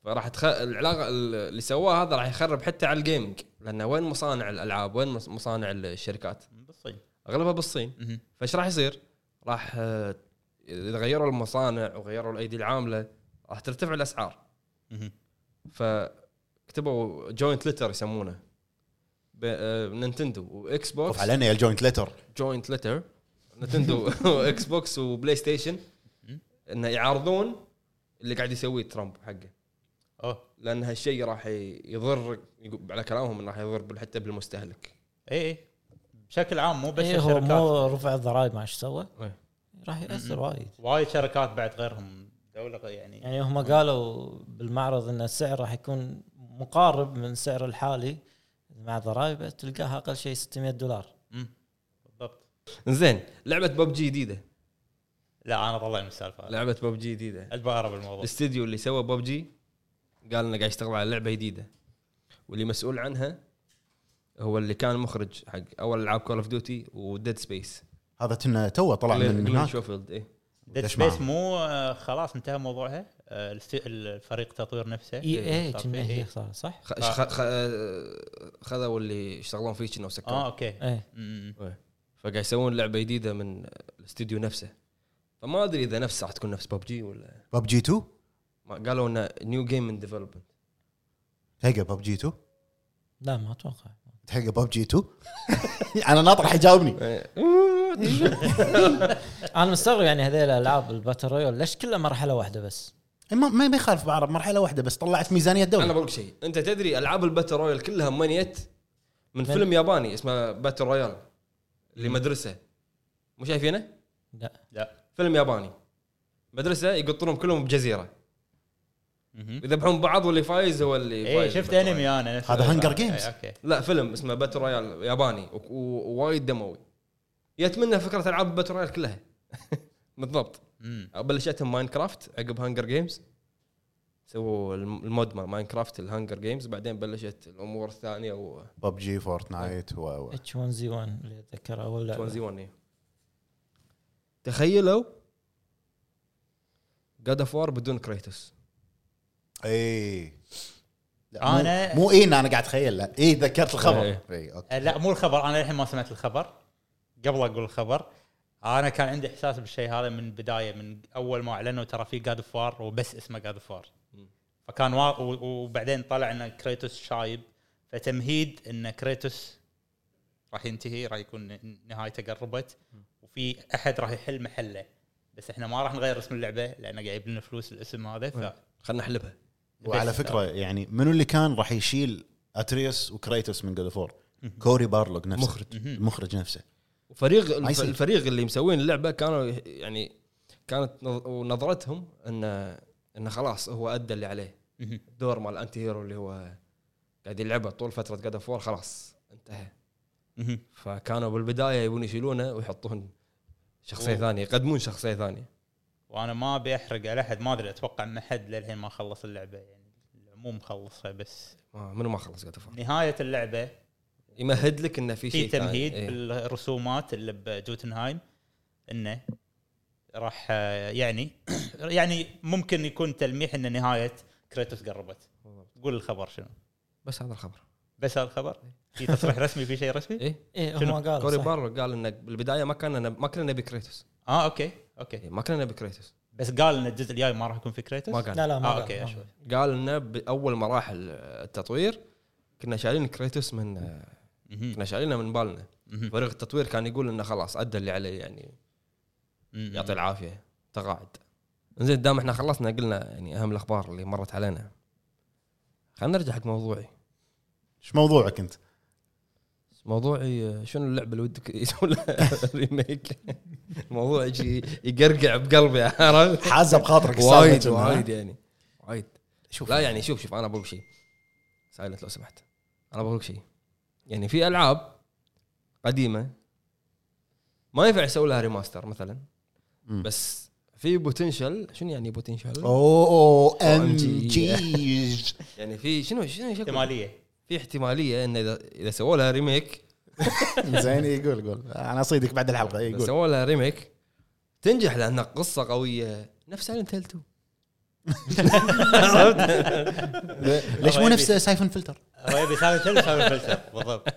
Speaker 2: فراح تخ... العلاقه ال- اللي سواه هذا راح يخرب حتى على الجيمنج لانه وين مصانع الالعاب وين مص- مصانع الشركات
Speaker 4: بالصين
Speaker 2: اغلبها بالصين فايش راح يصير؟ راح آه، اذا غيروا المصانع وغيروا الايدي العامله راح ترتفع الاسعار فكتبوا جوينت لتر يسمونه ب- آه، نينتندو واكس
Speaker 1: خوف
Speaker 2: بوكس
Speaker 1: علينا يا الجوينت ليتر
Speaker 2: جوينت لتر نينتندو واكس بوكس وبلاي ستيشن انه يعارضون اللي قاعد يسويه ترامب حقه
Speaker 4: اوه
Speaker 2: لان هالشيء راح ي- يضر يقول- على كلامهم إنه راح يضر بال- حتى بالمستهلك
Speaker 4: اي اي إيه، بشكل عام مو بس
Speaker 1: إيه،
Speaker 3: ايه هو
Speaker 4: الشركات
Speaker 3: مو رفع الضرائب ما ايش سوى
Speaker 2: إيه.
Speaker 3: راح ياثر وايد
Speaker 4: وايد شركات بعد غيرهم دوله غ-
Speaker 1: إيه.
Speaker 4: يعني
Speaker 3: يعني هم قالوا بالمعرض ان السعر راح يكون مقارب من سعر الحالي مع ضرائب تلقاها اقل شيء 600 دولار
Speaker 4: مم. بالضبط
Speaker 2: زين لعبه ببجي جديده
Speaker 4: لا انا طلع من السالفه
Speaker 2: لعبه ببجي جديده
Speaker 4: ابغى اعرف الموضوع
Speaker 2: الاستديو اللي سوى ببجي قال انه قاعد يشتغل على لعبه جديده واللي مسؤول عنها هو اللي كان مخرج حق اول العاب كول اوف ديوتي وديد سبيس
Speaker 1: هذا كنا توه طلع من هناك
Speaker 2: شوفيلد ايه
Speaker 4: ديد
Speaker 1: دش معهم.
Speaker 4: سبيس مو آه، خلاص انتهى موضوعها آه، الست- الفريق تطوير نفسه
Speaker 3: اي اي
Speaker 4: إيه، صار
Speaker 3: إيه، كنا
Speaker 4: فيه.
Speaker 3: هي صار صح؟
Speaker 2: خ- خ- خ- آه، خذوا اللي يشتغلون فيه كنا
Speaker 4: اه
Speaker 2: وسكروا
Speaker 4: اوكي
Speaker 3: اي
Speaker 4: م- م.
Speaker 2: فقاعد يسوون لعبه جديده من الاستديو نفسه فما ادري اذا نفس راح تكون نفس ببجي ولا
Speaker 1: ببجي 2
Speaker 2: ما قالوا انه نيو جيم من ديفلوبمنت
Speaker 1: تلقى ببجي 2
Speaker 3: لا ما اتوقع
Speaker 1: تلقى ببجي 2 انا ناطر راح يجاوبني
Speaker 3: انا مستغرب يعني هذيل الالعاب الباتل رويال ليش كلها مرحله واحده بس؟
Speaker 1: ما ما ما يخالف بعرب مرحله واحده بس طلعت ميزانيه
Speaker 2: انا
Speaker 1: الدوله
Speaker 2: بقول لك شيء انت تدري العاب الباتل رويال كلها منيت من فيلم ياباني اسمه باتل رويال لمدرسه مو شايفينه؟
Speaker 3: لا
Speaker 4: لا
Speaker 2: فيلم ياباني مدرسه يقطرهم كلهم بجزيره
Speaker 4: مهم.
Speaker 2: يذبحون بعض واللي فايز هو اللي
Speaker 4: اي
Speaker 2: فايز
Speaker 4: إيه، شفت
Speaker 2: بالباتل رويال.
Speaker 4: انمي انا نفس إيه،
Speaker 1: هذا
Speaker 4: الألعاب.
Speaker 1: Hunger Games.
Speaker 4: إي، اوكي
Speaker 2: لا فيلم اسمه باتل رويال ياباني و- و- ووايد دموي جت منه فكره العاب باتل رويال كلها بالضبط
Speaker 4: مم.
Speaker 2: بلشتهم ماينكرافت عقب هانجر جيمز سووا الم- المود مال ماينكرافت الهانجر جيمز بعدين بلشت الامور الثانيه و
Speaker 1: ببجي فورتنايت و و-
Speaker 3: اتش 1 زي 1 اللي اتذكرها ولا
Speaker 2: 1 زي 1 تخيلوا جاد اوف وار بدون كريتوس
Speaker 1: اي إيه. لا، مو-
Speaker 4: أنا-
Speaker 1: مو اي انا قاعد اتخيل لا اي ذكرت الخبر
Speaker 2: إيه.
Speaker 1: اي اوكي
Speaker 4: آه، لا مو الخبر انا الحين ما سمعت الخبر قبل اقول الخبر انا كان عندي احساس بالشيء هذا من بدايه من اول ما اعلنوا ترى في جاد فار وبس اسمه جاد فار
Speaker 2: مم.
Speaker 4: فكان وا... و- وبعدين طلع ان كريتوس شايب فتمهيد ان كريتوس راح ينتهي راح يكون ن- نهايته قربت وفي احد راح يحل محله بس احنا ما راح نغير اسم اللعبه لانه قاعد يجيب لنا فلوس الاسم هذا ف
Speaker 2: خلنا نحلبها
Speaker 1: وعلى
Speaker 4: بس-
Speaker 1: فكره يعني منو اللي كان راح يشيل اتريوس وكريتوس من جود فور كوري بارلوك نفسه
Speaker 2: مخرج.
Speaker 4: مهم.
Speaker 1: المخرج نفسه
Speaker 2: وفريق
Speaker 1: ما يصير.
Speaker 2: الفريق اللي مسوين اللعبه كانوا يعني كانت نظ- نظرتهم انه انه خلاص هو ادى اللي عليه
Speaker 4: مهم.
Speaker 2: الدور مال الانتي هيرو اللي هو قاعد يلعبه طول فتره جاد اوف وور خلاص انتهى
Speaker 4: مهم.
Speaker 2: فكانوا بالبدايه يبون يشيلونه ويحطون شخصيه
Speaker 4: أوه.
Speaker 2: ثانيه يقدمون شخصيه ثانيه
Speaker 4: وانا ما ابي احرق على احد ما ادري اتوقع ما حد للحين ما خلص اللعبه يعني مو مخلصها بس
Speaker 2: ما منو ما خلص جاد اوف وور
Speaker 4: نهايه اللعبه
Speaker 2: يمهد لك انه في
Speaker 4: في
Speaker 2: شيء
Speaker 4: تمهيد
Speaker 2: ثاني. إيه.
Speaker 4: بالرسومات اللي بجوتنهايم انه راح آه، يعني يعني ممكن يكون تلميح ان نهايه كريتوس قربت قول الخبر شنو
Speaker 2: بس هذا الخبر
Speaker 4: بس هذا الخبر في تصريح رسمي في شيء رسمي
Speaker 2: ايه
Speaker 3: اي
Speaker 4: شنو؟
Speaker 3: هم قالوا
Speaker 2: كوري
Speaker 3: إيه، صح.
Speaker 2: بارلو قال انه بالبدايه ما كان ما كنا نبي كريتوس
Speaker 4: اه اوكي اوكي
Speaker 2: إيه، ما كنا نبي كريتوس
Speaker 4: بس قال ان الجزء الجاي ما راح يكون في كريتوس
Speaker 2: ما قال
Speaker 3: لا لا ما
Speaker 4: آه،
Speaker 3: قالوا،
Speaker 4: أوكي،
Speaker 3: ما
Speaker 4: أشوف.
Speaker 3: قالوا.
Speaker 2: قال انه باول مراحل التطوير كنا شايلين كريتوس من
Speaker 4: مهم.
Speaker 2: كنا شايلينه من بالنا
Speaker 4: مهم.
Speaker 2: فريق التطوير كان يقول انه خلاص ادى اللي عليه يعني
Speaker 4: مهم.
Speaker 2: يعطي العافيه تقاعد زين دام احنا خلصنا قلنا يعني اهم الاخبار اللي مرت علينا خلينا نرجع حق موضوعي
Speaker 1: ايش موضوعك انت؟
Speaker 2: موضوعي آه، شنو اللعبه اللي ودك يسوون لها ريميك الموضوع يجي يقرقع بقلبي عرفت
Speaker 1: حازه بخاطرك السالفة
Speaker 2: وايد
Speaker 1: جنة، ها؟
Speaker 2: وايد يعني وايد
Speaker 1: شوف
Speaker 2: لا يعني شوف شوف انا بقول شيء سايلنت لو سمحت انا بقول شيء يعني في العاب قديمه ما ينفع يسوي لها ريماستر مثلا
Speaker 1: مم.
Speaker 2: بس في بوتنشل شنو يعني بوتنشل؟
Speaker 1: اوه ام
Speaker 2: OMG.
Speaker 1: جي
Speaker 2: يعني في شنو شنو شكله؟
Speaker 4: احتماليه
Speaker 2: في احتماليه ان اذا اذا سووا لها ريميك
Speaker 1: زين يقول قول انا اصيدك بعد الحلقه إيه،
Speaker 2: اذا
Speaker 1: يقول
Speaker 2: سووا لها ريميك تنجح لانها قصه قويه نفس سايلنت هيل 2
Speaker 1: ليش
Speaker 2: يعني
Speaker 1: مو نفس سايفن فلتر؟
Speaker 4: هو يبي سالفه تلف سالفه فلسفه بالضبط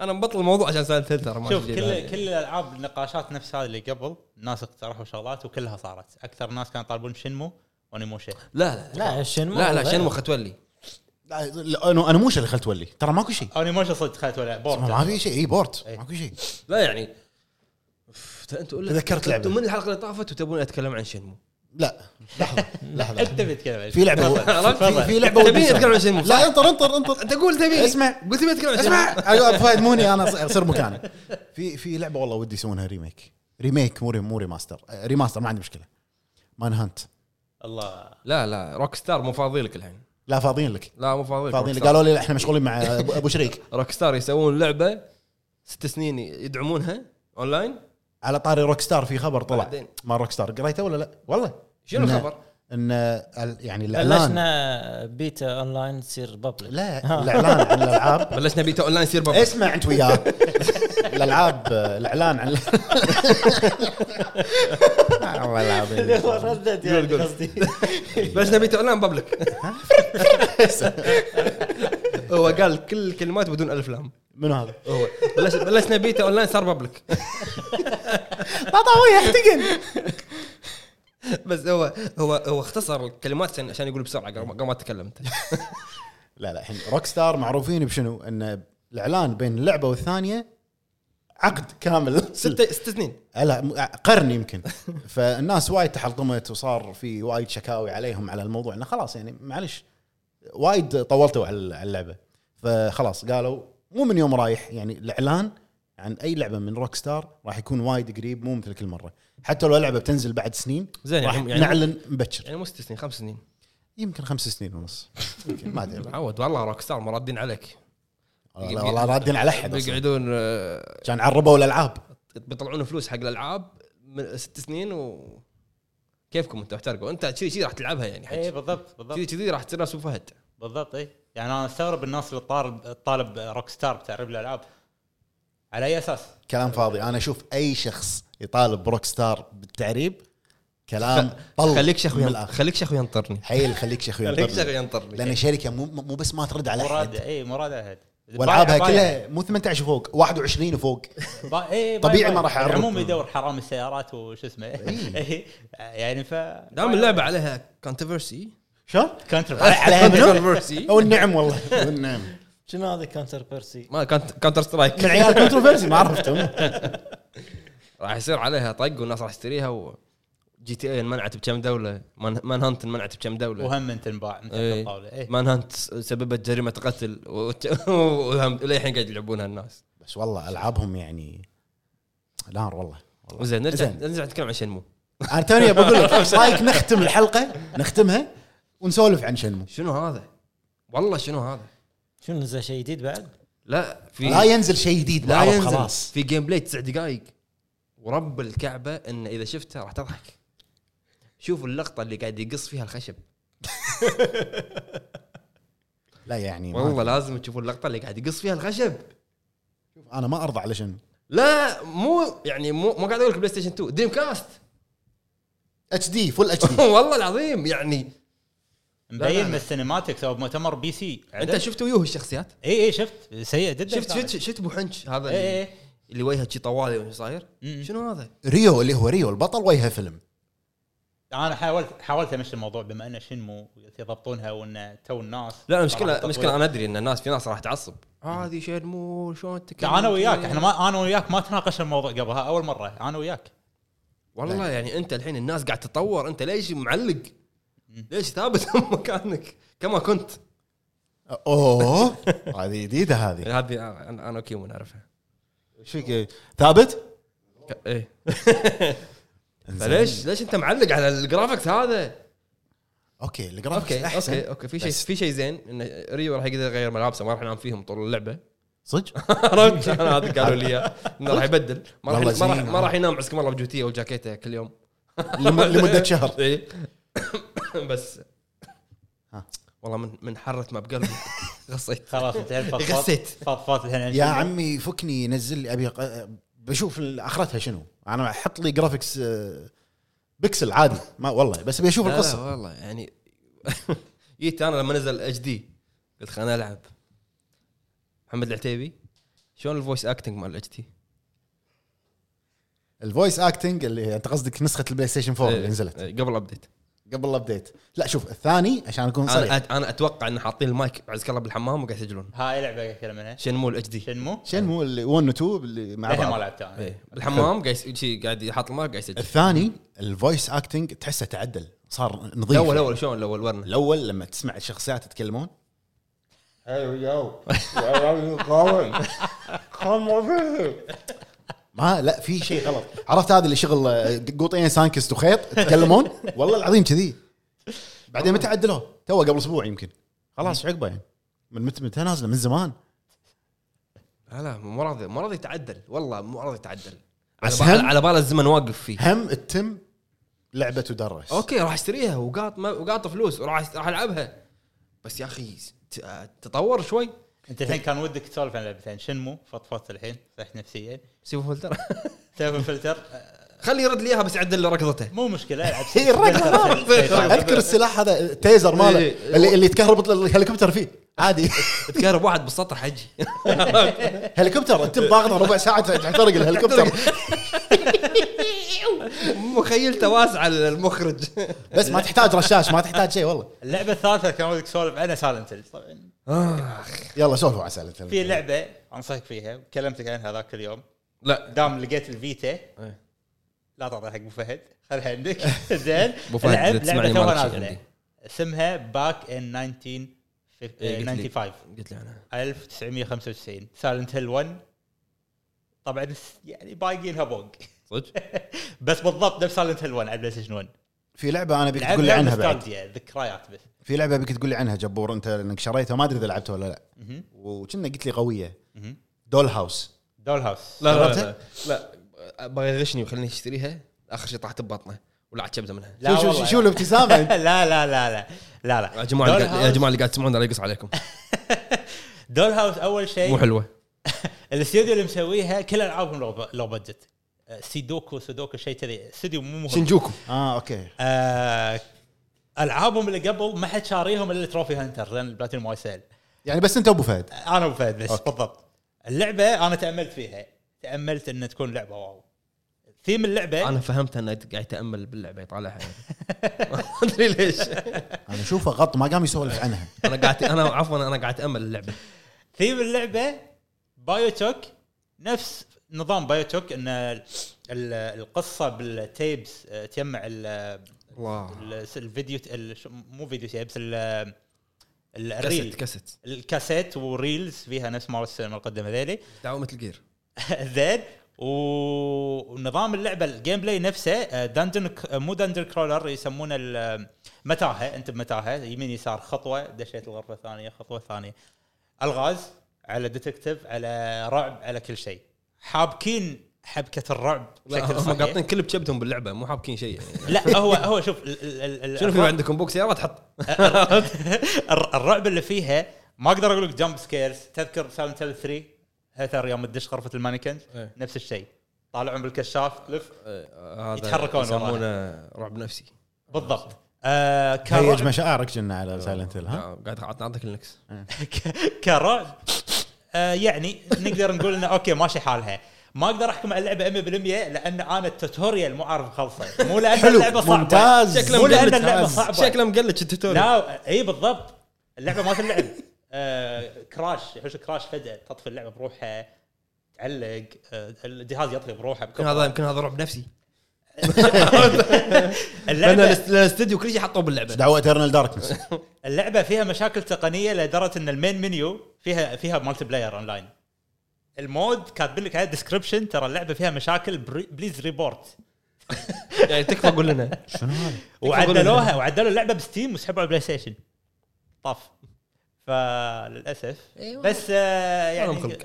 Speaker 2: انا مبطل الموضوع عشان سايلنت هيل ترى ما
Speaker 4: شوف
Speaker 2: في شيء
Speaker 4: كل
Speaker 2: ثاني.
Speaker 4: كل الالعاب النقاشات نفس هذه اللي قبل ناس اقترحوا شغلات وكلها صارت اكثر ناس كانوا يطالبون شنمو ونيموشن
Speaker 2: لا لا
Speaker 3: لا شنمو
Speaker 2: لا لا شنو تولي
Speaker 1: لا، لا، انا أنا مو شو اللي خلت ولي ترى ماكو شيء
Speaker 4: اونيموشن صدق خلت ولا
Speaker 1: ما
Speaker 4: بورت
Speaker 1: في شيء اي بورت
Speaker 4: إيه.
Speaker 1: ماكو شيء
Speaker 2: لا يعني أوف، انتوا
Speaker 1: تذكرت لعبة.
Speaker 2: انتوا من الحلقه اللي طافت وتبون اتكلم عن شنمو
Speaker 1: لا لحظه لحظه
Speaker 4: انت بتتكلم
Speaker 1: في لعبه في- في لعبه
Speaker 2: تبي اتكلم عن
Speaker 1: ودي
Speaker 2: شنمو
Speaker 1: لا انطر انطر انطر
Speaker 2: انت قول تبي
Speaker 1: اسمع
Speaker 2: قلت لي اتكلم عن شنمو
Speaker 1: اسمع ايوه فهد موني انا أص- اصير مكانه في في لعبه والله ودي يسوونها ريميك ريميك مو ري- مو ريماستر آه، ريماستر ما عندي مشكله مان هانت
Speaker 4: الله
Speaker 2: لا لا روك ستار مو فاضي لك الحين
Speaker 1: لا فاضيين لك
Speaker 2: لا مو فاضي لك
Speaker 1: فاضيين
Speaker 2: روك
Speaker 1: لك
Speaker 2: ستار.
Speaker 1: قالوا لي لا، احنا مشغولين مع ابو أبو شريك
Speaker 2: روك ستار يسوون لعبه ست سنين يدعمونها اونلاين
Speaker 1: على طاري روك ستار في خبر طلع
Speaker 2: بعدين.
Speaker 1: ما روك ستار قريته ولا لا؟ والله
Speaker 2: شنو
Speaker 1: إنه
Speaker 2: الخبر؟
Speaker 1: ان ال- يعني الاعلان
Speaker 3: بلشنا بيتا اونلاين تصير بابليك
Speaker 1: لا الاعلان عن الالعاب
Speaker 2: بلشنا بيتا اونلاين يصير بابا
Speaker 1: اسمع انت وياه الالعاب الاعلان عن والله العظيم
Speaker 3: ردت
Speaker 2: يعني قول.
Speaker 3: قصدي
Speaker 1: إيه.
Speaker 2: بلشنا بيتا اونلاين بابليك هو قال كل الكلمات بدون الف لام
Speaker 1: منو هذا؟
Speaker 2: هو بلش بلشنا بيتا اونلاين صار بابليك
Speaker 1: بطاوي يحتقن
Speaker 2: بس هو هو هو اختصر الكلمات عشان- عشان يقول بسرعه قبل ما- قبل ما تكلمت
Speaker 1: لا لا الحين روك ستار معروفين بشنو؟ ان الاعلان بين اللعبه والثانيه عقد كامل
Speaker 2: ست ست سنين
Speaker 1: لا م- قرن يمكن فالناس وايد تحلطمت وصار في وايد شكاوي عليهم على الموضوع انه خلاص يعني معلش وايد طولتوا على على اللعبه فخلاص قالوا مو من يوم رايح يعني الاعلان عن اي لعبه من روك ستار راح يكون وايد قريب مو مثل كل مره حتى لو لعبه بتنزل بعد سنين
Speaker 2: زين
Speaker 1: راح
Speaker 2: يعني- يعني-
Speaker 1: نعلن مبكر
Speaker 2: يعني مو ست سنين خمس سنين
Speaker 1: يمكن خمس سنين ونص يمكن ما ادري
Speaker 2: عود والله روك ستار مرادين عليك
Speaker 1: والله والله رادين على احد أصلاً.
Speaker 2: بيقعدون آه،
Speaker 1: كان عربوا الالعاب
Speaker 2: بيطلعون فلوس حق الالعاب من ست سنين و كيفكم انتم احترقوا انت كذي كذي راح تلعبها يعني
Speaker 4: اي
Speaker 2: حج
Speaker 4: إيه، بالضبط بالضبط
Speaker 2: كذي كذي راح تصير نفس ابو فهد
Speaker 4: بالضبط اي يعني انا استغرب الناس اللي طالب طالب روك ستار بتعريب الالعاب على اي اساس؟
Speaker 1: كلام فاضي انا اشوف اي شخص يطالب بروك ستار بالتعريب كلام طلق
Speaker 2: خليك شيخ
Speaker 1: من
Speaker 2: وين-
Speaker 1: الآخر.
Speaker 2: خليك شيخ وينطرني
Speaker 1: حيل خليك شيخ
Speaker 2: خليك شيخ
Speaker 1: وينطرني
Speaker 2: وينطرني
Speaker 1: لان شركه مو مو بس ما ترد على
Speaker 4: مراد
Speaker 1: احد
Speaker 4: اي مراد احد
Speaker 1: والعابها كلها مو 18 وفوق 21 وفوق طبيعي ما راح إيه. يعرض.
Speaker 4: العموم يدور يعني حرامي السيارات وش اسمه اي يعني ف
Speaker 2: دام اللعبه عليها كونتروفرسي
Speaker 1: شلون؟
Speaker 4: كونتر
Speaker 1: عليها منو؟
Speaker 2: كونتروفرسي
Speaker 1: او النعم والله والنعم
Speaker 3: شنو هذا كانتر بيرسي
Speaker 2: ما كانت كاونتر سترايك
Speaker 1: من عيال كونتروفيرسي ما عرفتهم
Speaker 2: راح يصير عليها طق والناس راح تشتريها و جي تي اي انمنعت بكم دوله مان مان هانت انمنعت بكم دوله
Speaker 4: وهم تنباع مثل
Speaker 2: إيه.
Speaker 4: الطاوله اي
Speaker 2: مان هانت سببت جريمه قتل و- وهم- وللحين قاعد يلعبونها الناس
Speaker 1: بس والله العابهم يعني نار والله والله
Speaker 2: زين نرجع
Speaker 1: زين.
Speaker 2: نرجع نتكلم عن شنمو
Speaker 1: انا توني بقول لك رايك نختم الحلقه نختمها ونسولف عن شنمو
Speaker 2: شنو هذا؟ والله شنو هذا؟
Speaker 3: شنو نزل شيء جديد بعد؟
Speaker 2: لا في
Speaker 1: لا ينزل شيء جديد
Speaker 2: إيه. لا
Speaker 1: بعرف
Speaker 2: ينزل
Speaker 1: خلاص
Speaker 2: في جيم بلاي تسع دقائق ورب الكعبه انه اذا شفته راح تضحك شوف اللقطه اللي قاعد يقص فيها الخشب
Speaker 1: لا يعني ما-
Speaker 2: والله لازم تشوفوا اللقطه اللي قاعد يقص فيها الخشب
Speaker 1: انا ما ارضى على شنمو
Speaker 2: لا مو يعني مو مو قاعد اقول لك بلاي ستيشن 2 ديم كاست
Speaker 1: اتش دي فل اتش دي
Speaker 2: والله العظيم يعني لا، لا.
Speaker 4: مبين من السينماتكس او مؤتمر بي سي
Speaker 2: انت شفت ويوه الشخصيات
Speaker 4: اي اي شفت سيء إيه، جدا
Speaker 2: شفت شفت شفت ابو حنش هذا
Speaker 1: إيه،
Speaker 4: اي
Speaker 2: اللي,
Speaker 4: اي
Speaker 2: اللي وجهه شي طوالي وش صاير
Speaker 4: مم.
Speaker 2: شنو هذا
Speaker 1: ريو اللي هو ريو البطل وجهه فيلم
Speaker 4: انا حاولت حاولت امشي الموضوع بما ان شنمو يضبطونها وان تو الناس
Speaker 2: لا
Speaker 4: راح
Speaker 2: المشكله
Speaker 4: تطول.
Speaker 2: مشكله انا ادري ان الناس في ناس راح تعصب هذه شنمو شلون تتكلم
Speaker 4: انا وياك احنا ما انا وياك ما تناقشنا الموضوع قبل ها اول مره انا وياك
Speaker 2: والله يعني انت الحين الناس قاعد تتطور انت ليش معلق ليش ثابت مكانك كما كنت
Speaker 1: اوه هذه جديده هذه
Speaker 2: يعني هذه انا انا وكيمو نعرفها
Speaker 1: ايش فيك ثابت؟
Speaker 2: ك- ايه فليش ليش انت معلق على الجرافكس هذا إيه.
Speaker 1: اوكي الجرافكس
Speaker 2: اوكي
Speaker 1: احسن
Speaker 2: اوكي اوكي في شيء
Speaker 1: بس.
Speaker 2: في شيء زين ان ريو راح يقدر يغير ملابسه ما راح ينام فيهم طول اللعبه
Speaker 1: صدق؟
Speaker 2: عرفت انا هذا قالوا لي اياه انه راح يبدل ما راح
Speaker 1: والله
Speaker 2: ما راح
Speaker 1: زين.
Speaker 2: ما راح ينام عسكم الله بجوتيه وجاكيته كل يوم
Speaker 1: لم- لمده شهر
Speaker 2: اي إيه. بس
Speaker 1: ها.
Speaker 2: والله من من حرت ما بقلبي غصيت
Speaker 4: خلاص انت الفضفاض
Speaker 2: غسيت.
Speaker 4: فضفاض الحين عن
Speaker 1: يا
Speaker 4: شنمو.
Speaker 1: عمي فكني نزل لي ابي ق- بشوف ال- اخرتها شنو انا حط لي جرافكس آه، بكسل عادي ما والله بس ابي اشوف
Speaker 2: لا لا
Speaker 1: القصه
Speaker 2: والله يعني جيت انا لما نزل اتش دي قلت خليني العب محمد العتيبي شلون الفويس اكتنج مال اتش دي؟
Speaker 1: الفويس اكتنج اللي انت قصدك نسخه البلاي ستيشن 4 اللي نزلت
Speaker 2: إيه، قبل ابديت
Speaker 1: قبل الابديت لا شوف الثاني عشان اكون
Speaker 2: انا
Speaker 1: صريح
Speaker 2: أت- انا اتوقع ان حاطين المايك عزك الله بالحمام وقاعد يسجلون
Speaker 4: هاي لعبه إيه قاعد اتكلم عنها
Speaker 2: شنمو الاتش دي
Speaker 4: شنمو
Speaker 1: شنو اللي 1 و 2 اللي مع
Speaker 4: للحين ما
Speaker 1: بعض
Speaker 4: لعبتها انا
Speaker 2: إيه. بالحمام قاعد يس- شي قاعد يحط المايك قاعد يسجل
Speaker 1: الثاني الفويس اكتنج تحسه تعدل صار نظيف
Speaker 2: الاول اول شلون الاول ورنا
Speaker 1: الاول لما تسمع الشخصيات يتكلمون
Speaker 5: Here we go. Where are you going? Come over here.
Speaker 1: ما لا في شيء غلط عرفت هذا اللي شغل آه، قوطين سانكست وخيط يتكلمون والله العظيم كذي بعدين متى عدلوه؟ تو قبل اسبوع يمكن خلاص عقبه يعني من متى متى نازله من زمان
Speaker 2: لا لا مو راضي مو راضي يتعدل والله مو راضي يتعدل على
Speaker 1: بس
Speaker 2: بال
Speaker 1: هم-
Speaker 2: على بال الزمن واقف فيه
Speaker 1: هم التم لعبه تدرس
Speaker 2: اوكي راح اشتريها وقاط وقاط فلوس وراح راح العبها بس يا اخي ت- تطور شوي
Speaker 4: انت الحين كان ودك تسولف عن لعبتين شنمو فضفضت الحين صحت نفسيا
Speaker 2: سيفو فلتر
Speaker 4: سيفن فلتر آه،
Speaker 2: خليه يرد لي اياها بس عدل له ركضته
Speaker 4: مو مشكله
Speaker 2: إيه،
Speaker 4: العب
Speaker 1: هي الرجل اذكر السلاح هذا التيزر ماله اللي اللي تكهرب الهليكوبتر فيه عادي
Speaker 2: تقارب واحد بالسطح حجي
Speaker 1: هليكوبتر انت باغضه ربع ساعه تحترق الهليكوبتر
Speaker 2: مخيلته واسعه للمخرج
Speaker 1: بس ما تحتاج رشاش ما تحتاج شيء والله
Speaker 4: اللعبه الثالثه كان ودك تسولف عنها سايلنت طبعا
Speaker 2: آه،
Speaker 1: يلا سولفوا على سالفه
Speaker 2: إيه.
Speaker 4: في لعبه انصحك فيها كلمتك عنها ذاك اليوم
Speaker 2: لا
Speaker 4: دام لقيت الفيتا
Speaker 2: إيه.
Speaker 4: لا تعطي حق ابو فهد خلها عندك زين
Speaker 2: أبو فهد،
Speaker 4: العب
Speaker 2: إذا تسمعني
Speaker 4: لعبه
Speaker 2: ما
Speaker 4: توها
Speaker 2: لك شيء
Speaker 4: نازله
Speaker 2: عندي.
Speaker 4: اسمها باك ان 1995
Speaker 2: إيه، قلت لي انا
Speaker 4: 1995 سايلنت هيل 1 طبعا الس- يعني بايقينها بوق
Speaker 2: صدق
Speaker 4: بس بالضبط نفس سايلنت هيل 1 على بلاي ستيشن 1
Speaker 1: في لعبه انا بيك
Speaker 4: لعب
Speaker 1: تقول لي
Speaker 4: لعب
Speaker 1: عنها بعد
Speaker 4: نوستالجيا، ذكريات بس
Speaker 1: في لعبه بيك تقول لي عنها جبور انت لانك شريتها ما ادري اذا لعبتها ولا لا وكنا قلت لي قويه
Speaker 4: مهم.
Speaker 1: دول هاوس
Speaker 4: دول هاوس
Speaker 2: لا لا لا
Speaker 1: جربتها؟
Speaker 2: لا بغى يغشني وخليني اشتريها اخر شيء طاحت ببطنه ولعت كبده منها
Speaker 4: لا
Speaker 1: شو شو,
Speaker 4: والله.
Speaker 1: شو الابتسامه
Speaker 4: لا لا لا لا لا لا
Speaker 2: يا جماعه
Speaker 4: دول
Speaker 2: اللي قاعد- يا
Speaker 4: هاوس-
Speaker 2: جماعه اللي قاعد تسمعون انا يقص عليكم
Speaker 4: دول هاوس اول
Speaker 2: مو
Speaker 4: شيء
Speaker 2: حلوه
Speaker 4: الاستوديو اللي مسويها كل العابهم لو- لو بجت آه، سيدوكو سودوكو شيء كذي استوديو مو مهم
Speaker 2: شنجوكو
Speaker 1: اه اوكي
Speaker 4: آه، العابهم اللي قبل ما حد شاريهم الا تروفي هانتر لان البلاتينيوم ما يسال
Speaker 1: يعني بس انت ابو فهد
Speaker 4: انا وفهد بس
Speaker 1: أوكي.
Speaker 4: بالضبط اللعبه انا تاملت فيها تاملت ان تكون لعبه واو ثيم اللعبه
Speaker 2: انا فهمت انه قاعد يتامل باللعبه يطالعها يعني. ما ادري ليش
Speaker 1: انا اشوفه غط ما قام يسولف عنها
Speaker 2: انا قاعد انا عفوا انا قاعد اتامل اللعبه
Speaker 4: ثيم اللعبه بايوتوك نفس نظام بايوتوك ان ال- ال- القصه بالتيبس آه، تجمع ال-
Speaker 2: الله
Speaker 4: ال- الفيديو ال- شو- مو فيديو تيبس ال- ال-
Speaker 2: كاسيت
Speaker 4: الريل
Speaker 2: كاسيت
Speaker 4: الكاسيت وريلز فيها نفس مال السينما القدم هذيلي
Speaker 2: دعوه مثل جير
Speaker 4: زين و- ونظام اللعبه الجيم بلاي نفسه آه، دنجن مو دنجن كرولر يسمونه ال- آه، متاهه انت بمتاهه يمين يسار خطوه دشيت الغرفه ثانيه خطوه ثانيه الغاز على ديتكتيف على رعب على كل شيء حابكين حبكه الرعب
Speaker 2: لا
Speaker 4: بشكل
Speaker 2: هم
Speaker 4: صحيح
Speaker 2: قاطين كل بشبتهم باللعبه مو حابكين شيء يعني
Speaker 4: لا هو هو شوف ال- ال- ال-
Speaker 2: شنو في
Speaker 4: الرعب-
Speaker 2: عندكم بوك سيارات حط
Speaker 4: الر- الرعب اللي فيها ما اقدر اقول لك جمب سكيرز تذكر سايلنت هيل 3 هثر يوم تدش غرفه المانيكنز
Speaker 2: إيه.
Speaker 4: نفس الشيء طالعهم بالكشاف تلف
Speaker 2: آه، هذا
Speaker 4: يتحركون
Speaker 2: يسمونه رعب نفسي
Speaker 4: بالضبط آه
Speaker 1: هيج
Speaker 4: كرعب
Speaker 1: مشاعرك كنا على سايلنت هيل ها
Speaker 2: آه، قاعد أعط- اعطيك النكس
Speaker 4: ك- كرعب آه يعني نقدر نقول انه اوكي ماشي حالها ما اقدر احكم على اللعبه 100% لان انا التوتوريال مو عارف خلصه مو لان اللعبه صعبه
Speaker 1: ممتاز.
Speaker 2: شكله
Speaker 4: مو لان
Speaker 2: مقلد.
Speaker 4: اللعبه صعبه
Speaker 2: شكله مقلد التوتوريال
Speaker 4: لا اي بالضبط اللعبه ما تلعب آه كراش يحوش كراش فجاه تطفي اللعبه بروحها تعلق آه الجهاز يطفي بروحه
Speaker 2: يمكن
Speaker 4: بكبره.
Speaker 2: هذا يمكن هذا رعب نفسي لان
Speaker 4: اللعبه
Speaker 2: الاست- الاستديو كل شيء حطوه
Speaker 1: ايش
Speaker 2: باللعبه
Speaker 1: دعوه اترنال داركنس
Speaker 4: اللعبه فيها مشاكل تقنيه لدرجه ان المين منيو فيها فيها مالتي بلاير اونلاين المود كاتب لك على الديسكربشن ترى اللعبه فيها مشاكل بري- بليز ريبورت
Speaker 2: يعني تكفى قول لنا
Speaker 1: شنو هذا؟
Speaker 4: وعدلوها وعدلوا اللعبه بستيم وسحبوا على البلاي ستيشن طاف فللاسف بس آه
Speaker 2: ما
Speaker 4: يعني
Speaker 2: لهم خلق.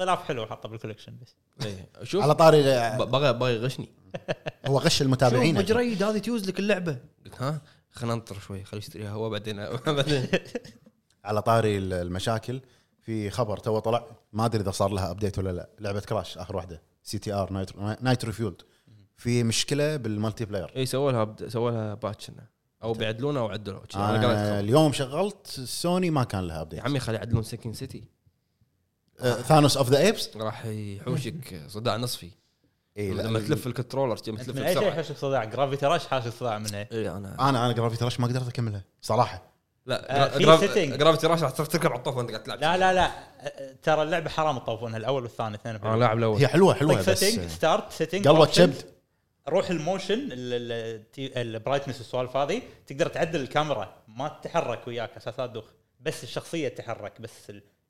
Speaker 4: غلاف حلو حطه بالكولكشن بس
Speaker 2: إيه، شوف
Speaker 1: على طاري
Speaker 2: ب- بغى بغى يغشني
Speaker 1: هو غش
Speaker 2: شوف
Speaker 1: المتابعين
Speaker 2: مجريد هذه تيوز لك اللعبه قلت ها خلينا ننطر شوي خليه يشتريها هو بعدين بعدين
Speaker 1: على طاري المشاكل في خبر تو طلع ما ادري اذا صار لها ابديت ولا لا لعبه كراش اخر واحده سي تي ار نايترو نايترو فيولد في مشكله بالمالتي بلاير
Speaker 2: اي سووا لها سووا لها باتش إنه. او بيعدلونها او عدلوها شي. انا قريت
Speaker 1: أنا
Speaker 2: خبر.
Speaker 1: آه، اليوم شغلت سوني ما كان لها آه، ابديت
Speaker 2: يا عمي خلي يعدلون سكن سيتي
Speaker 1: ثانوس اوف ذا ايبس
Speaker 2: راح يحوشك صداع نصفي
Speaker 1: اي
Speaker 2: إيه، لما تلف الكنترولر لما
Speaker 4: انت
Speaker 2: تلف إيه،
Speaker 4: من اي شيء
Speaker 2: بسرعه
Speaker 4: حاشك صداع جرافيتي رش حاشك صداع منها
Speaker 2: اي انا
Speaker 1: انا انا جرافيتي رش ما قدرت اكملها صراحه
Speaker 2: لا
Speaker 4: آه، في setting.
Speaker 2: جرافيتي راش راح تعرف تركب على الطوف وانت قاعد تلعب
Speaker 4: لا لا لا أه، ترى اللعبه حرام تطوفونها الاول والثاني اثنين
Speaker 2: انا لاعب الاول
Speaker 1: هي حلوه حلوه بس
Speaker 4: سيتنج ستارت سيتنج
Speaker 1: قلبك شبد
Speaker 4: روح الموشن البرايتنس والسوالف هذه تقدر تعدل الكاميرا ما تتحرك وياك اساس لا تدوخ بس الشخصيه تتحرك بس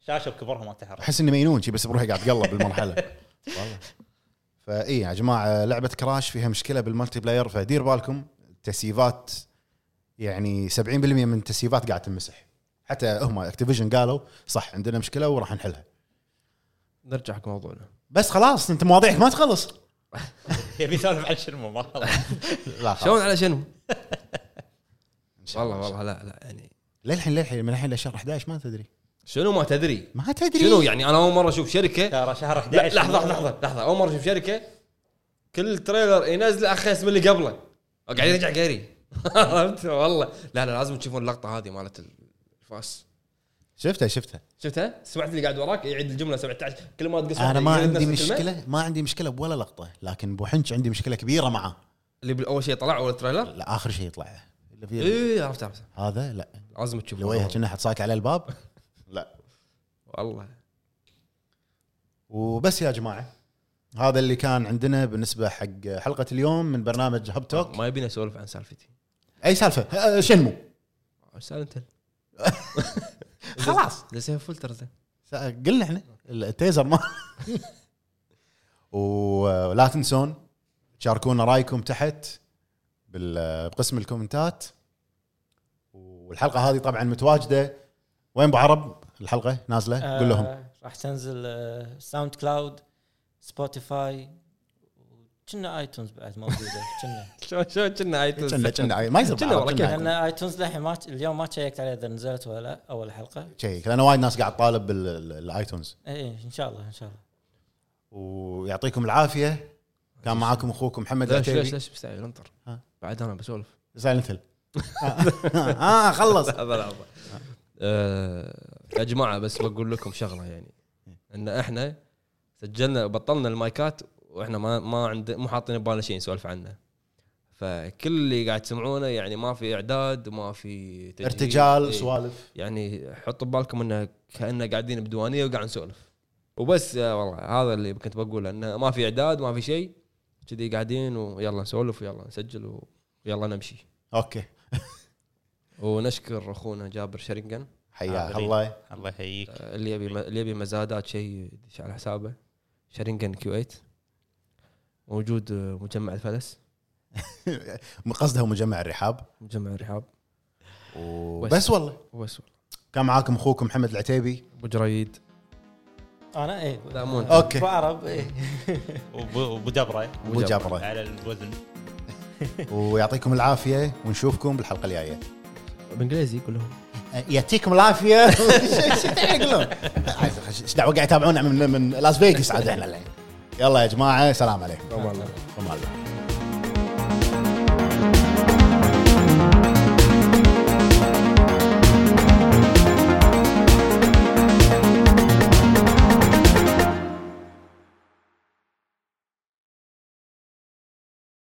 Speaker 4: الشاشه بكبرها ما تتحرك
Speaker 1: احس اني مينون شي بس بروحي قاعد اتقلب بالمرحله والله فاي يا جماعه لعبه كراش فيها مشكله بالمالتي بلاير فدير بالكم التسييفات يعني 70% من التسييفات قاعد تمسح حتى هم اكتيفيجن قالوا صح عندنا مشكله وراح نحلها
Speaker 2: نرجع حق موضوعنا
Speaker 1: بس خلاص انت مواضيعك ما تخلص
Speaker 4: يبي يسولف عن شنو ما خلص.
Speaker 1: لا خلاص.
Speaker 2: شلون على شنو؟
Speaker 1: إن شاء الله.
Speaker 2: والله والله لا لا يعني
Speaker 1: للحين للحين من الحين لشهر 11 ما تدري
Speaker 2: شنو ما تدري
Speaker 1: ما تدري
Speaker 2: شنو يعني انا اول مره اشوف شركه
Speaker 4: ترى شهر 11
Speaker 2: لا لحظه لحظه لحظه اول مره اشوف شركه كل تريلر ينزله اخس من اللي قبله قاعد يرجع قري عرفت والله لا لا لازم تشوفون اللقطه هذه مالت الفاس
Speaker 1: شفتها شفتها
Speaker 2: شفتها سمعت اللي قاعد وراك يعيد الجمله 17 كل ما تقص
Speaker 1: انا
Speaker 2: واحدة
Speaker 1: ما
Speaker 2: يعيد نفس
Speaker 1: عندي
Speaker 2: الكلمة.
Speaker 1: مشكله ما عندي مشكله بولا لقطه لكن بو حنش عندي مشكله كبيره معاه
Speaker 2: اللي بال- اول شيء طلع اول تريلر
Speaker 1: لا اخر شيء يطلع اللي فيه-
Speaker 2: اي عرفت عرفت
Speaker 1: هذا لا
Speaker 2: لازم تشوف
Speaker 1: اللي وجهه كنا حد صاك على الباب لا
Speaker 2: والله
Speaker 1: وبس يا جماعه هذا اللي كان عندنا بالنسبه حق حلقه اليوم من برنامج هب توك
Speaker 2: ما يبينا اسولف عن سالفتي
Speaker 1: اي سالفه أه، شنمو
Speaker 2: سالنت
Speaker 1: خلاص
Speaker 2: ليش فلتر زين
Speaker 1: سا- قلنا احنا التيزر ما ولا تنسون شاركونا رايكم تحت بال- بقسم الكومنتات والحلقه هذه طبعا متواجده وين ابو عرب الحلقه نازله قول لهم
Speaker 3: آه، راح تنزل آه، ساوند كلاود سبوتيفاي كنا ايتونز بعد موجوده كنا
Speaker 2: شو شو كنا ايتونز
Speaker 1: كنا كنا ما يصير
Speaker 2: كنا
Speaker 1: بعرب،
Speaker 2: والله
Speaker 1: كنا
Speaker 2: كنا.
Speaker 3: لان ايتونز للحين ما اليوم ما تشيكت عليها اذا نزلت ولا لا اول حلقه
Speaker 1: شيك لان وايد ناس قاعد طالب بالايتونز
Speaker 3: اي ان إيه، شاء الله ان شاء الله
Speaker 1: ويعطيكم العافيه كان معاكم اخوكم محمد
Speaker 2: ليش ليش
Speaker 1: العتيبي
Speaker 2: ليش مستعجل انطر
Speaker 1: ها.
Speaker 2: بعد انا بسولف
Speaker 1: سايلنت هيل اه آه، خلص
Speaker 2: لحظه لحظه آه، يا جماعه بس بقول لكم شغله يعني ان احنا سجلنا بطلنا المايكات واحنا ما ما عند مو حاطين ببالنا شيء نسولف عنه فكل اللي قاعد تسمعونه يعني ما في اعداد ما في تجهيز. إيه.
Speaker 1: ارتجال سوالف
Speaker 2: يعني حطوا ببالكم انه كانه قاعدين بديوانيه وقاعد نسولف وبس آه، والله هذا اللي كنت بقوله انه ما في اعداد ما في شيء كذي قاعدين ويلا نسولف ويلا نسجل ويلا نمشي
Speaker 1: اوكي
Speaker 2: ونشكر اخونا جابر شرنقن
Speaker 1: حياك
Speaker 4: عابرين.
Speaker 1: الله
Speaker 4: الله يحييك
Speaker 2: اللي يبي اللي يبي مزادات شيء يدش على حسابه شرنجن كيو 8 موجود آه، مجمع الفلس
Speaker 1: قصدها مجمع الرحاب
Speaker 2: مجمع الرحاب
Speaker 1: وبس والله
Speaker 2: وبس
Speaker 1: كان معاكم اخوكم محمد العتيبي
Speaker 2: ابو جريد
Speaker 3: انا اي
Speaker 2: لا، مو أنت.
Speaker 1: أوكي.
Speaker 3: عرب اي
Speaker 4: وب- وبدبره
Speaker 1: ابو جبره
Speaker 4: على الوزن
Speaker 1: ويعطيكم العافيه ونشوفكم بالحلقه الجايه
Speaker 2: بالانجليزي كلهم
Speaker 1: يعطيكم العافيه شو تعقلون ايش دعوه قاعد يتابعونا من من لاس فيغاس عاد احنا الحين يلا يا جماعه سلام عليكم
Speaker 2: والله
Speaker 1: في أمان الله